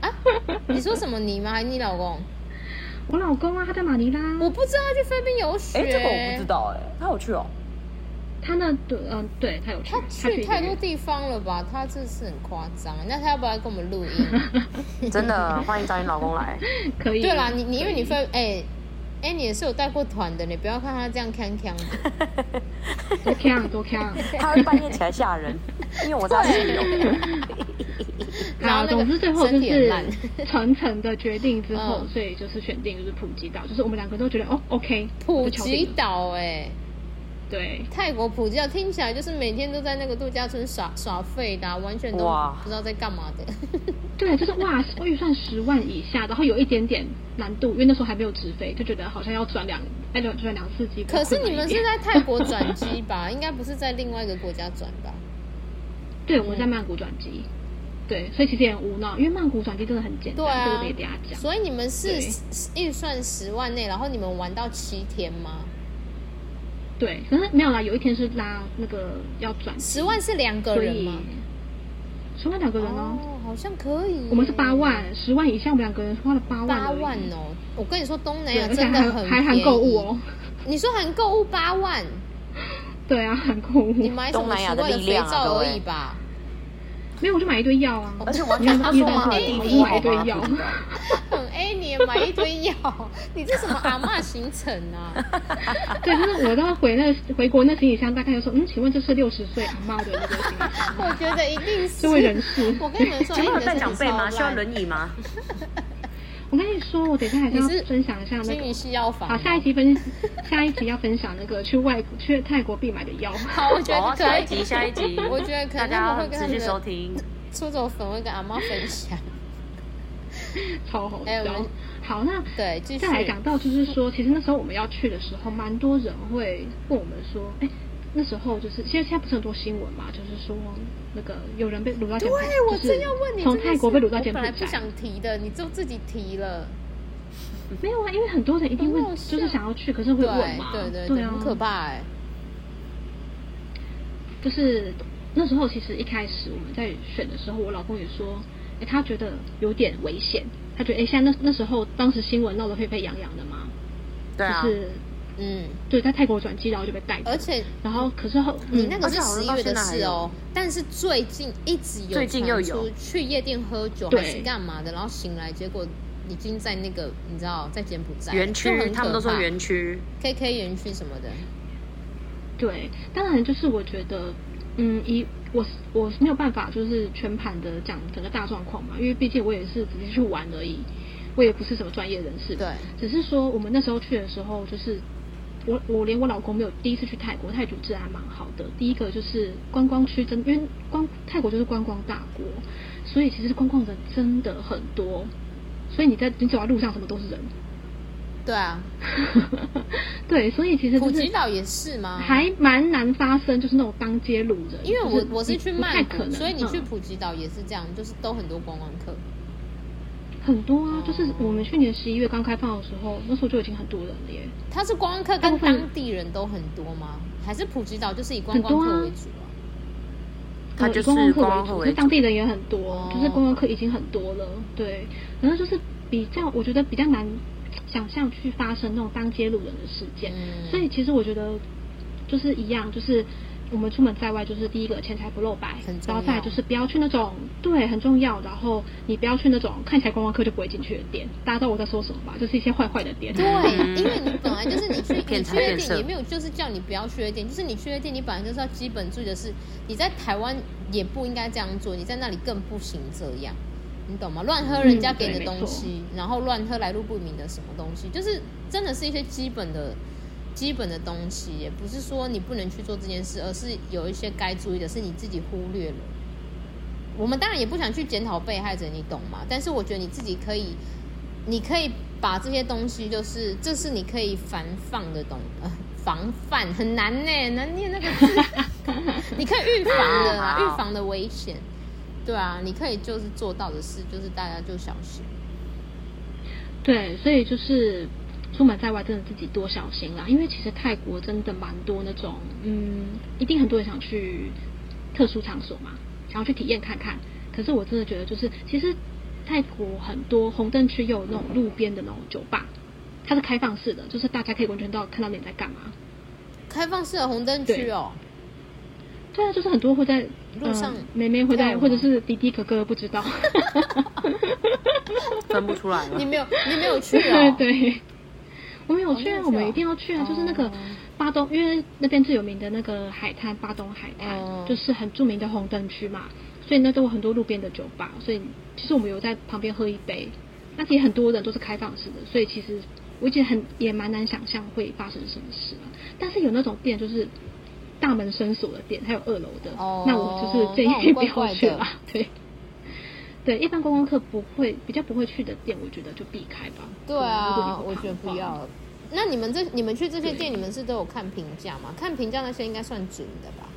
[SPEAKER 2] 啊！你说什么你吗？还是你老公？
[SPEAKER 3] 我老公啊，他在马尼拉，
[SPEAKER 2] 我不知道他去菲律宾游学，
[SPEAKER 1] 哎，这个我不知道哎，她有去哦。
[SPEAKER 3] 他那对嗯、对他有去，
[SPEAKER 2] 他去
[SPEAKER 3] 一个
[SPEAKER 2] 太
[SPEAKER 3] 月
[SPEAKER 2] 多地方了吧？他这次很夸张，那他要不要跟我们录音？
[SPEAKER 1] 真的，欢迎找你老公 来。
[SPEAKER 3] 可以。
[SPEAKER 2] 对啦，你你因为你
[SPEAKER 3] 可以
[SPEAKER 2] 分哎哎，你也是有带过团的，你不要看他这样锵锵 的。
[SPEAKER 3] 多强 多强。
[SPEAKER 1] 他会半夜起来吓人，因为我知道室友。
[SPEAKER 2] 然后
[SPEAKER 3] 好，
[SPEAKER 2] 那个
[SPEAKER 3] 总之最后就
[SPEAKER 2] 身体很
[SPEAKER 3] 是
[SPEAKER 2] 烂
[SPEAKER 3] 层层的决定之后
[SPEAKER 2] 嗯，
[SPEAKER 3] 所以就是选定就是普吉岛，就是我们两个都觉得哦，OK，
[SPEAKER 2] 普
[SPEAKER 3] 就敲定
[SPEAKER 2] 吉
[SPEAKER 3] 了
[SPEAKER 2] 岛哎、
[SPEAKER 3] 对，
[SPEAKER 2] 泰国普吉岛听起来就是每天都在那个度假村耍耍废的啊、完全都
[SPEAKER 1] 哇
[SPEAKER 2] 不知道在干嘛的。
[SPEAKER 3] 对，就是哇，预算十万以下，然后有一点点难度，因为那时候还没有直飞，就觉得好像要转两，哎，转转两次机。
[SPEAKER 2] 可是你们是 在泰国转机吧？应该不是在另外一个国家转吧？
[SPEAKER 3] 对，我们在曼谷转机，对，所以其实也很无脑，因为曼谷转机真的很简
[SPEAKER 2] 对
[SPEAKER 3] 单，这个
[SPEAKER 2] 啊
[SPEAKER 3] 可以给大家，讲。
[SPEAKER 2] 所以你们是
[SPEAKER 3] 对
[SPEAKER 2] 预算十万内，然后你们玩到七天吗？
[SPEAKER 3] 对，可是没有啦，有一天是拉那个要转机，
[SPEAKER 2] 十万是两个
[SPEAKER 3] 所
[SPEAKER 2] 人
[SPEAKER 3] 以
[SPEAKER 2] 吗？
[SPEAKER 3] 十万两个人哦，
[SPEAKER 2] 哦，好像可以耶。
[SPEAKER 3] 我们是八万，十万以下我们两个人花了八万，
[SPEAKER 2] 八万，哦！我跟你说，东南
[SPEAKER 3] 对，
[SPEAKER 2] 亚
[SPEAKER 3] 而且
[SPEAKER 2] 真的
[SPEAKER 3] 还
[SPEAKER 2] 很
[SPEAKER 3] 还含购物
[SPEAKER 2] 便宜
[SPEAKER 3] 哦。，
[SPEAKER 2] 你说含购物八万，
[SPEAKER 3] 对啊，含购
[SPEAKER 2] 你
[SPEAKER 3] 物。
[SPEAKER 2] 买什
[SPEAKER 1] 东
[SPEAKER 2] 么
[SPEAKER 1] 南
[SPEAKER 2] 十
[SPEAKER 1] 亚
[SPEAKER 2] 万
[SPEAKER 1] 的
[SPEAKER 2] 的
[SPEAKER 1] 力
[SPEAKER 2] 肥
[SPEAKER 1] 量啊
[SPEAKER 2] 皂
[SPEAKER 1] 各
[SPEAKER 2] 而
[SPEAKER 1] 位
[SPEAKER 2] 已吧？
[SPEAKER 3] 没有我就买一堆药
[SPEAKER 2] 哦
[SPEAKER 3] 啊，
[SPEAKER 1] 而且完
[SPEAKER 3] 你看
[SPEAKER 1] 全
[SPEAKER 3] 他
[SPEAKER 1] 他
[SPEAKER 3] 遇
[SPEAKER 1] 说
[SPEAKER 3] 到
[SPEAKER 1] 嘛，
[SPEAKER 3] 这
[SPEAKER 2] 哎
[SPEAKER 1] 弟
[SPEAKER 3] 种，我
[SPEAKER 1] 弟
[SPEAKER 3] 就买一堆
[SPEAKER 1] 好吗
[SPEAKER 3] 药。
[SPEAKER 2] 很 A 哎你也买一堆药， 你这什么阿嬷行程啊？
[SPEAKER 3] 对，就是我到回那回国那行李箱，大概就说，嗯，请问这是六十岁阿妈的那个行李箱吗？
[SPEAKER 2] 我觉得一定是
[SPEAKER 3] 这位人士
[SPEAKER 2] 我跟你们说，哎
[SPEAKER 1] 请问有
[SPEAKER 2] 你的
[SPEAKER 1] 带
[SPEAKER 2] 身
[SPEAKER 1] 长
[SPEAKER 2] 体
[SPEAKER 1] 辈
[SPEAKER 2] 超
[SPEAKER 1] 吗？
[SPEAKER 2] 烂
[SPEAKER 1] 需要轮椅吗？
[SPEAKER 3] 我跟你说，我等一下还是
[SPEAKER 2] 你是
[SPEAKER 3] 要分享一下那
[SPEAKER 2] 金鱼
[SPEAKER 3] 个。
[SPEAKER 2] 系药房吗。
[SPEAKER 3] 好，下一集分， 下一集要分享那个去外国去泰国必买的药。
[SPEAKER 2] 好，我觉
[SPEAKER 1] 哦
[SPEAKER 2] 得
[SPEAKER 1] 下
[SPEAKER 2] 可
[SPEAKER 1] 一集，
[SPEAKER 2] 以。
[SPEAKER 1] 下一集，
[SPEAKER 2] 我觉得可
[SPEAKER 1] 大
[SPEAKER 2] 能
[SPEAKER 1] 家
[SPEAKER 2] 他们
[SPEAKER 1] 要
[SPEAKER 2] 会跟
[SPEAKER 1] 持
[SPEAKER 2] 他
[SPEAKER 1] 续
[SPEAKER 2] 们
[SPEAKER 1] 收
[SPEAKER 2] 的
[SPEAKER 1] 听。
[SPEAKER 2] 出走粉会跟阿妈分享。
[SPEAKER 3] 超好
[SPEAKER 2] 哎我
[SPEAKER 3] 笑
[SPEAKER 2] 们。
[SPEAKER 3] 好，那
[SPEAKER 2] 对，继续
[SPEAKER 3] 再。来讲到就是说，其实那时候我们要去的时候，蛮多人会问我们说，哎、那时候就是现在现在不是很多新闻嘛，就是说那个有人被掳到柬
[SPEAKER 2] 对
[SPEAKER 3] 埔寨，，
[SPEAKER 2] 我
[SPEAKER 3] 就是
[SPEAKER 2] 正要问你，
[SPEAKER 3] 从
[SPEAKER 2] 真的
[SPEAKER 3] 泰国被
[SPEAKER 2] 是
[SPEAKER 3] 掳到柬埔
[SPEAKER 2] 我本来不
[SPEAKER 3] 寨，
[SPEAKER 2] 想提的，你就自己提了。
[SPEAKER 3] 没有啊，因为很多人一定会
[SPEAKER 2] 很好笑
[SPEAKER 3] 就是想要去，可是会
[SPEAKER 2] 对
[SPEAKER 3] 问嘛，
[SPEAKER 2] 啊对对
[SPEAKER 3] 啊，
[SPEAKER 2] 很可怕哎。
[SPEAKER 3] 就是那时候其实一开始我们在选的时候，我老公也说，哎、他觉得有点危险，他觉得哎、诶现在那那时候当时新闻闹得沸沸扬扬的嘛，
[SPEAKER 1] 对啊
[SPEAKER 3] 就，是
[SPEAKER 2] 嗯，
[SPEAKER 3] 对，在泰国转机然后就被带走，
[SPEAKER 2] 而且
[SPEAKER 3] 然后可是后
[SPEAKER 2] 你
[SPEAKER 3] 嗯
[SPEAKER 2] 那个是
[SPEAKER 1] 而且好像
[SPEAKER 2] 十一
[SPEAKER 1] 到
[SPEAKER 2] 月
[SPEAKER 1] 现
[SPEAKER 2] 的
[SPEAKER 1] 在还
[SPEAKER 2] 事哦
[SPEAKER 1] 有，
[SPEAKER 2] 但是最近一直有
[SPEAKER 1] 最近又
[SPEAKER 2] 传
[SPEAKER 1] 有
[SPEAKER 2] 出去夜店喝酒
[SPEAKER 3] 对
[SPEAKER 2] 还是干嘛的，然后醒来结果已经在那个你知道在柬埔寨
[SPEAKER 1] 园
[SPEAKER 2] 就
[SPEAKER 1] 区，
[SPEAKER 2] 很
[SPEAKER 1] 他们都说
[SPEAKER 2] 可怕
[SPEAKER 1] 园区，
[SPEAKER 2] KK 园区什么的，
[SPEAKER 3] 对，当然就是我觉得，嗯，一我是我是没有办法就是全盘的讲整个大状况嘛，因为毕竟我也是只是去玩而已，我也不是什么专业人士。
[SPEAKER 2] 对，
[SPEAKER 3] 只是说我们那时候去的时候，就是我我连我老公没有第一次去泰国，泰国治安蛮好的。第一个就是观光区真，因为光泰国就是观光大国，所以其实观光人真的很多，所以你在你走在路上什么都是人。
[SPEAKER 2] 对啊，
[SPEAKER 3] 对，所以其实就
[SPEAKER 2] 普
[SPEAKER 3] 是
[SPEAKER 2] 吉岛也是吗？
[SPEAKER 3] 还蛮难发生，就是那种当街掳人。
[SPEAKER 2] 啊因为我
[SPEAKER 3] 就是
[SPEAKER 2] 我是
[SPEAKER 3] 你
[SPEAKER 2] 去
[SPEAKER 3] 不
[SPEAKER 2] 曼
[SPEAKER 3] 太可
[SPEAKER 2] 谷，
[SPEAKER 3] 能
[SPEAKER 2] 所以你去
[SPEAKER 3] 嗯
[SPEAKER 2] 普吉岛也是这样，就是都很多观光客。
[SPEAKER 3] 很多啊
[SPEAKER 2] 哦，
[SPEAKER 3] 就是我们去年十一月刚开放的时候，那时候就已经很多人了耶。
[SPEAKER 2] 他是观光客
[SPEAKER 3] 大
[SPEAKER 2] 跟
[SPEAKER 3] 部分
[SPEAKER 2] 当地人都很多吗？还是普吉岛就是以观
[SPEAKER 3] 很多
[SPEAKER 2] 光
[SPEAKER 3] 啊
[SPEAKER 2] 客为主啊？
[SPEAKER 1] 他
[SPEAKER 3] 呃
[SPEAKER 1] 就是
[SPEAKER 3] 以观
[SPEAKER 1] 观
[SPEAKER 3] 光
[SPEAKER 1] 光客
[SPEAKER 3] 客
[SPEAKER 1] 为主
[SPEAKER 3] 为主，就当地人也很多
[SPEAKER 2] 哦，
[SPEAKER 3] 就是观光客已经很多了。对，然后就是比较，我觉得比较难想象去发生那种当街掳人的事
[SPEAKER 1] 啊
[SPEAKER 3] 件。
[SPEAKER 2] 嗯
[SPEAKER 3] 所以其实我觉得就是一样，就是我们出门在外，就是第一个钱财不露白
[SPEAKER 2] 很，重要
[SPEAKER 3] 然后再来就是不要去那种对很重要，然后你不要去那种看起来观光客就不会进去的店。大家知道我在说什么吧？就是一些坏坏的店。
[SPEAKER 1] 嗯
[SPEAKER 2] 对，因为你本来就是 你去
[SPEAKER 1] 骗
[SPEAKER 2] 你
[SPEAKER 1] 财
[SPEAKER 2] 去夜
[SPEAKER 1] 骗色
[SPEAKER 2] 店也没有，就是叫你不要去夜店，就是你去夜店，你本来就是要基本注意的是，你在台湾也不应该这样做，你在那里更不行这样，你懂吗？乱喝人家
[SPEAKER 3] 嗯
[SPEAKER 2] 给你的
[SPEAKER 3] 对
[SPEAKER 2] 东西，然后乱喝来路不明的什么东西，就是真的是一些基本的。基本的东西也不是说你不能去做这件事，而是有一些该注意的是你自己忽略了。我们当然也不想去检讨被害者，你懂吗？但是我觉得你自己可以，你可以把这些东西，就是这是你可以防范的东，呃，防范很难呢，很难念那个 字，你可以预防的啊，
[SPEAKER 1] 好好
[SPEAKER 2] 预防的危险，对啊，你可以就是做到的事，就是大家就小心，
[SPEAKER 3] 对，所以就是出门在外，真的自己多小心啦。因为其实泰国真的蛮多那种，嗯，一定很多人想去特殊场所嘛，想要去体验看看。可是我真的觉得，就是其实泰国很多红灯区也有那种路边的那种酒吧，它是开放式的，就是大家可以完全到看到你在干嘛。
[SPEAKER 2] 开放式的红灯区哦，
[SPEAKER 3] 对啊，就是很多会在
[SPEAKER 2] 路上
[SPEAKER 3] 嗯、妹妹会
[SPEAKER 2] 跳
[SPEAKER 3] 在，
[SPEAKER 2] 舞吗
[SPEAKER 3] 或者是弟弟哥哥不 知道。
[SPEAKER 1] 分不出来了
[SPEAKER 2] 你。没有，你没有去
[SPEAKER 3] 对
[SPEAKER 2] 哦，
[SPEAKER 3] 对，我们有
[SPEAKER 2] 哦
[SPEAKER 3] 去
[SPEAKER 2] 你有
[SPEAKER 3] 啊，
[SPEAKER 2] 去
[SPEAKER 3] 我们
[SPEAKER 2] 哦
[SPEAKER 3] 一定要去啊！就是那
[SPEAKER 2] 哦
[SPEAKER 3] 个巴东，因为那边最有名的那个海滩，巴东海滩、
[SPEAKER 2] 哦
[SPEAKER 3] 就是很著名的红灯区嘛，所以那都有很多路边的酒吧，所以其实我们有在旁边喝一杯，那其实很多人都是开放式的，所以其实我已经很也蛮难想象会发生什么事了、但是有那种店就是。大门深锁的店，还有二楼的，
[SPEAKER 2] 哦
[SPEAKER 3] 那我就是建
[SPEAKER 2] 那种
[SPEAKER 3] 议不
[SPEAKER 2] 怪怪
[SPEAKER 3] 要去
[SPEAKER 2] 的
[SPEAKER 3] 啦。 对，对，一般观光客不会比较不会去的店，我觉得就避开吧。
[SPEAKER 2] 对
[SPEAKER 3] 如果你
[SPEAKER 2] 啊，
[SPEAKER 3] 不
[SPEAKER 2] 我
[SPEAKER 3] 怕
[SPEAKER 2] 觉得
[SPEAKER 3] 的
[SPEAKER 2] 不
[SPEAKER 3] 话
[SPEAKER 2] 要。了。那你们这你们去这些店，你们是都有看评价吗？看评价那些应该算准的吧？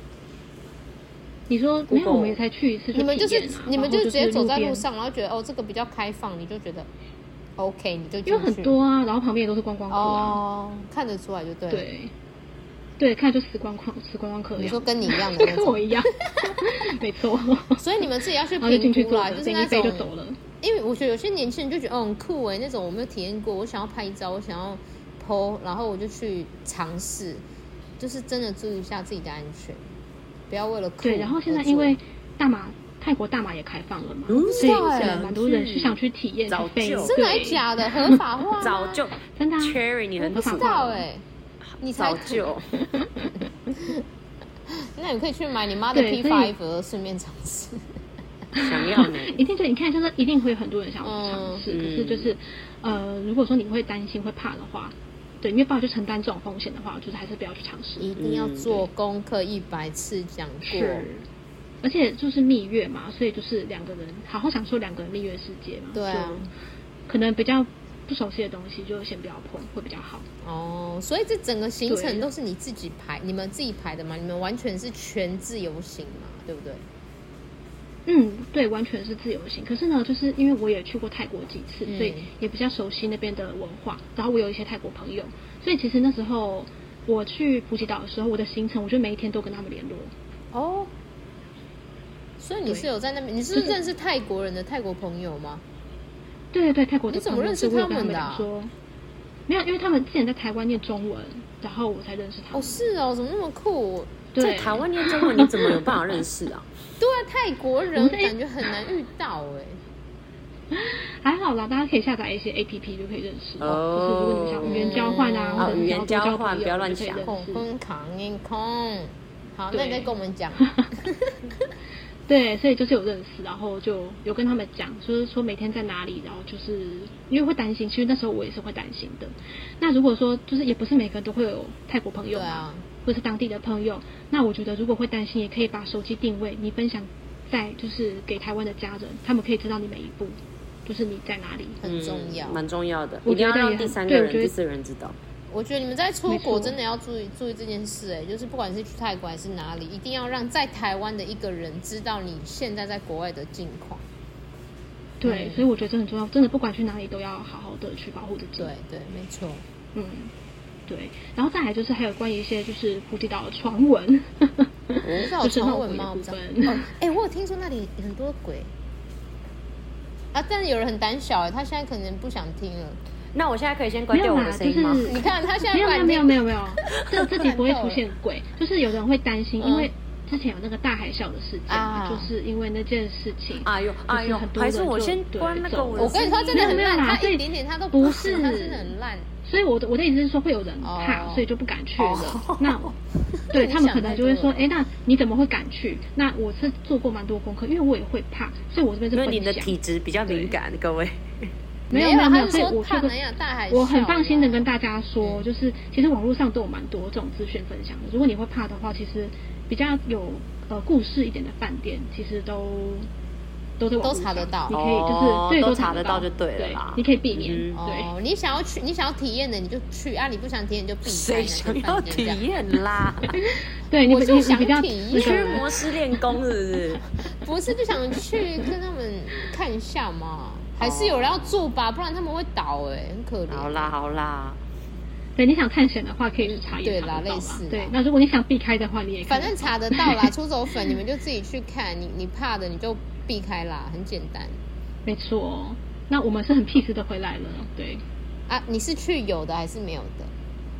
[SPEAKER 3] 你说没有，我们也才去一次、就
[SPEAKER 2] 你们就
[SPEAKER 3] 体
[SPEAKER 2] 是
[SPEAKER 3] 验啊
[SPEAKER 2] 你们
[SPEAKER 3] 然后
[SPEAKER 2] 直接走在
[SPEAKER 3] 边
[SPEAKER 2] 路，上，然后觉得哦这个比较开放，你就觉得 OK，你就进去
[SPEAKER 3] 因为很多啊，然后旁边也都是观光客、啊。
[SPEAKER 2] 哦，看得出来就对了。，
[SPEAKER 3] 对，对，看就死观光死观光客的
[SPEAKER 2] 你
[SPEAKER 3] 样
[SPEAKER 2] 说
[SPEAKER 3] 子，
[SPEAKER 2] 跟你一样的那
[SPEAKER 3] 跟我
[SPEAKER 2] 种，
[SPEAKER 3] 一样， 没错。
[SPEAKER 2] 所以你们自己要去
[SPEAKER 3] 然后就进去
[SPEAKER 2] 评估
[SPEAKER 3] 坐
[SPEAKER 2] 啦，
[SPEAKER 3] 着，
[SPEAKER 2] 就是
[SPEAKER 3] 点一
[SPEAKER 2] 那
[SPEAKER 3] 杯就走
[SPEAKER 2] 种，
[SPEAKER 3] 了。
[SPEAKER 2] 因为我觉得有些年轻人就觉得哦很酷哎，那种我没有体验过，我想要拍照，我想要 PO，然后我就去尝试，就是真的注意一下自己的安全，不要为了酷
[SPEAKER 3] 对，然后现在
[SPEAKER 2] 而
[SPEAKER 3] 因为
[SPEAKER 2] 做
[SPEAKER 3] 大马泰国大麻也开放了嘛，
[SPEAKER 1] 嗯是
[SPEAKER 3] 所以
[SPEAKER 1] 啊
[SPEAKER 3] 有蛮多人是想去体验
[SPEAKER 1] 早
[SPEAKER 3] 去飞
[SPEAKER 1] 就，
[SPEAKER 2] 真的还
[SPEAKER 1] 对
[SPEAKER 2] 哎假的？合法化吗？
[SPEAKER 1] 早 就
[SPEAKER 3] 真的啊、
[SPEAKER 1] Cherry，你很
[SPEAKER 3] 不
[SPEAKER 1] 土
[SPEAKER 3] 知
[SPEAKER 2] 知道哎，你才
[SPEAKER 1] 早 就，
[SPEAKER 2] 那你可以去买你妈的
[SPEAKER 3] 对
[SPEAKER 2] P
[SPEAKER 3] 所以
[SPEAKER 2] five，顺便尝试。
[SPEAKER 1] 想要你，
[SPEAKER 3] 一定对，你看，就是一定会有很多人想要去尝试，
[SPEAKER 1] 嗯
[SPEAKER 3] 可是就是，呃，如果说你会担心、会怕的话，对，因为爸爸去承担这种风险的话，我就是还是不要去尝试。
[SPEAKER 2] 一定要做功课一百次讲过。
[SPEAKER 3] 是，而且就是蜜月嘛，所以就是两个人好好享受两个人蜜月世界嘛。
[SPEAKER 2] 对啊
[SPEAKER 3] 就可能比较不熟悉的东西就先不要碰，会比较好。
[SPEAKER 2] 哦，所以这整个行程
[SPEAKER 3] 对
[SPEAKER 2] 都是你自己排，你们自己排的吗？你们完全是全自由行嘛，对不对？
[SPEAKER 3] 嗯，对，完全是自由行。可是呢，就是因为我也去过泰国几次，
[SPEAKER 2] 嗯
[SPEAKER 3] 所以也比较熟悉那边的文化。然后我有一些泰国朋友，所以其实那时候我去普吉岛的时候，我的行程我就每一天都跟他们联络。
[SPEAKER 2] 哦，嗯所以你
[SPEAKER 3] 对
[SPEAKER 2] 是有在那边，你是不是
[SPEAKER 3] 就是
[SPEAKER 2] 认识泰国人的泰国朋友吗？
[SPEAKER 3] 对对对，泰国的
[SPEAKER 2] 你怎么
[SPEAKER 3] 朋友
[SPEAKER 2] 认识
[SPEAKER 3] 所以我有
[SPEAKER 2] 他
[SPEAKER 3] 跟
[SPEAKER 2] 们
[SPEAKER 3] 们
[SPEAKER 2] 的啊
[SPEAKER 3] 讲说，没有，因为他们之前在台湾念中文，然后我才认识他
[SPEAKER 2] 哦，
[SPEAKER 3] 们。
[SPEAKER 2] 是哦，怎么那么酷？
[SPEAKER 3] 对，
[SPEAKER 1] 在台湾念中文，你怎么有办法认识啊？
[SPEAKER 2] 对啊，泰国人
[SPEAKER 3] 我在
[SPEAKER 2] 感觉很难遇到哎、
[SPEAKER 3] 还好啦，大家可以下载一些 APP 就可以认识。
[SPEAKER 1] 哦
[SPEAKER 3] 就是如果你们想语言交换啊，
[SPEAKER 2] 哦
[SPEAKER 3] 或者
[SPEAKER 1] 语
[SPEAKER 3] 你
[SPEAKER 1] 言
[SPEAKER 3] 想要多
[SPEAKER 1] 交
[SPEAKER 3] 交
[SPEAKER 1] 换
[SPEAKER 3] 朋友
[SPEAKER 1] 不要乱
[SPEAKER 3] 就可以
[SPEAKER 1] 想
[SPEAKER 3] 认
[SPEAKER 2] 恐
[SPEAKER 3] 识
[SPEAKER 2] 婚扛硬空。好，那
[SPEAKER 3] 对
[SPEAKER 2] 你再跟我 们讲。
[SPEAKER 3] 对，所以就是有认识，然后就有跟他们讲，就是说每天在哪里，然后就是因为会担心，其实那时候我也是会担心的。那如果说就是也不是每个人都会有泰国朋
[SPEAKER 2] 对
[SPEAKER 3] 友嘛，
[SPEAKER 2] 啊，
[SPEAKER 3] 或是当地的朋友，那我觉得如果会担心，也可以把手机定位你分享在就是给台湾的家人，他们可以知道你每一步，就是你在哪里。
[SPEAKER 2] 很 重要。
[SPEAKER 1] 嗯蛮重要的，
[SPEAKER 3] 我
[SPEAKER 1] 一定要
[SPEAKER 3] 觉得也
[SPEAKER 1] 让
[SPEAKER 3] 很
[SPEAKER 1] 第三个
[SPEAKER 3] 对我
[SPEAKER 1] 人、
[SPEAKER 3] 觉得
[SPEAKER 1] 第四个人知道。
[SPEAKER 2] 我觉得你们在出
[SPEAKER 3] 没
[SPEAKER 2] 国
[SPEAKER 3] 错
[SPEAKER 2] 真的要注意注意这件事、哎，就是不管你是去泰国还是哪里，一定要让在台湾的一个人知道你现在在国外的近况。
[SPEAKER 3] 对，
[SPEAKER 2] 嗯
[SPEAKER 3] 所以我觉得这很重要，真的不管去哪里都要好好的去保护自己。
[SPEAKER 2] 对对，没错。
[SPEAKER 3] 嗯，对，然后再来就是还有关于一些就是普吉岛的传闻，
[SPEAKER 2] 你知道嗯
[SPEAKER 3] 就
[SPEAKER 2] 有
[SPEAKER 3] 是闹
[SPEAKER 2] 传
[SPEAKER 3] 鬼
[SPEAKER 2] 闻
[SPEAKER 3] 的
[SPEAKER 2] 吗？我
[SPEAKER 3] 部
[SPEAKER 2] 不知道。
[SPEAKER 3] 分。
[SPEAKER 2] 哦， 哎、我有听说那里很多鬼。啊，但是有人很胆小、哎，他现在可能不想听了。
[SPEAKER 1] 那我现在可以先关
[SPEAKER 3] 没
[SPEAKER 1] 掉
[SPEAKER 3] 有
[SPEAKER 1] 我
[SPEAKER 3] 啦
[SPEAKER 1] 的声音吗？
[SPEAKER 3] 就是
[SPEAKER 2] 你看他现在
[SPEAKER 3] 没有
[SPEAKER 2] 不敢
[SPEAKER 3] 没有
[SPEAKER 2] 听
[SPEAKER 3] 没有没 有没有，这这集不会
[SPEAKER 2] 乱斗
[SPEAKER 3] 出现鬼，就是有人会担心，
[SPEAKER 2] 嗯
[SPEAKER 3] 因为之前有那个大海啸的事件嘛
[SPEAKER 2] 啊，
[SPEAKER 3] 就是因为那件事情。
[SPEAKER 1] 哎呦
[SPEAKER 3] 就是
[SPEAKER 1] 哎呦
[SPEAKER 3] 很，多
[SPEAKER 1] 还
[SPEAKER 3] 人
[SPEAKER 1] 是我
[SPEAKER 3] 就
[SPEAKER 1] 先
[SPEAKER 3] 对
[SPEAKER 1] 关那个
[SPEAKER 3] 走
[SPEAKER 1] 我
[SPEAKER 2] 我
[SPEAKER 1] 的声
[SPEAKER 2] 跟你
[SPEAKER 1] 音。
[SPEAKER 2] 说，真的很
[SPEAKER 3] 没有
[SPEAKER 2] 烂，
[SPEAKER 3] 没有啦
[SPEAKER 2] 他
[SPEAKER 3] 所
[SPEAKER 2] 一
[SPEAKER 3] 以
[SPEAKER 2] 点点他都
[SPEAKER 3] 不
[SPEAKER 2] 是，
[SPEAKER 3] 是
[SPEAKER 2] 他真的很烂。
[SPEAKER 3] 所以我的我的意思是说会有人怕
[SPEAKER 2] 哦，
[SPEAKER 3] 所以就不敢去
[SPEAKER 2] 哦
[SPEAKER 3] 了。 那对
[SPEAKER 2] 你
[SPEAKER 3] 他们
[SPEAKER 2] 想
[SPEAKER 3] 可能
[SPEAKER 2] 太
[SPEAKER 3] 就会
[SPEAKER 2] 多
[SPEAKER 3] 说，
[SPEAKER 2] 了
[SPEAKER 3] 哎，那你怎么会敢去？那我是做过蛮多功课，因为我也会怕，所以我这边是
[SPEAKER 1] 因为
[SPEAKER 3] 分
[SPEAKER 1] 你的
[SPEAKER 3] 享
[SPEAKER 1] 体。质比较敏感，各位。
[SPEAKER 3] 没有
[SPEAKER 2] 没有他
[SPEAKER 3] 没有没有，
[SPEAKER 2] 是
[SPEAKER 3] 所以
[SPEAKER 2] 说
[SPEAKER 3] 我去
[SPEAKER 2] 怕
[SPEAKER 3] 过
[SPEAKER 2] 南亚大海
[SPEAKER 3] 我很
[SPEAKER 2] 啸
[SPEAKER 3] 放心的跟大家
[SPEAKER 2] 嗯
[SPEAKER 3] 说，就是其实网络上都有蛮多这种资讯分享的。如果你会怕的话，其实比较有呃故事一点的饭店，其实都都在网络
[SPEAKER 2] 都查
[SPEAKER 3] 上
[SPEAKER 2] 得到
[SPEAKER 3] 你可以就是、
[SPEAKER 1] 哦
[SPEAKER 3] 对
[SPEAKER 1] 都查
[SPEAKER 3] 查
[SPEAKER 1] 得到
[SPEAKER 3] 到
[SPEAKER 1] 就对了啦
[SPEAKER 3] 你可以避免、
[SPEAKER 1] 嗯
[SPEAKER 3] 对。
[SPEAKER 2] 哦，你想要去，你想要体验的你就去啊，你不想体验你就避开
[SPEAKER 1] 谁
[SPEAKER 2] 那些
[SPEAKER 1] 想
[SPEAKER 2] 饭
[SPEAKER 1] 要
[SPEAKER 2] 店
[SPEAKER 1] 体
[SPEAKER 2] 这样
[SPEAKER 1] 验啦？
[SPEAKER 3] 对，你
[SPEAKER 2] 我
[SPEAKER 3] 比
[SPEAKER 2] 就
[SPEAKER 3] 你
[SPEAKER 2] 想
[SPEAKER 3] 比较
[SPEAKER 2] 体
[SPEAKER 3] 那
[SPEAKER 1] 驱
[SPEAKER 2] 验
[SPEAKER 3] 个
[SPEAKER 1] 魔师练功是不是？
[SPEAKER 2] 不是就想去跟他们看一下嘛？还是有人要住吧，不然他们会倒哎、很可怜。
[SPEAKER 1] 好
[SPEAKER 3] 嗯
[SPEAKER 1] 啦好啦，
[SPEAKER 3] 对，你想探险的话，可以去查
[SPEAKER 2] 对
[SPEAKER 3] 也
[SPEAKER 2] 啦
[SPEAKER 3] 查得到
[SPEAKER 2] 类
[SPEAKER 3] 嘛
[SPEAKER 2] 似啦
[SPEAKER 3] 对，那如果你想避开的话，你也可以
[SPEAKER 2] 反正查得到啦，出走粉你们就自己去看，你你怕的你就避开啦，很简单
[SPEAKER 3] 没错。那我们是很 peace 的回来了，对，
[SPEAKER 2] 啊。你是去有的还是没有的？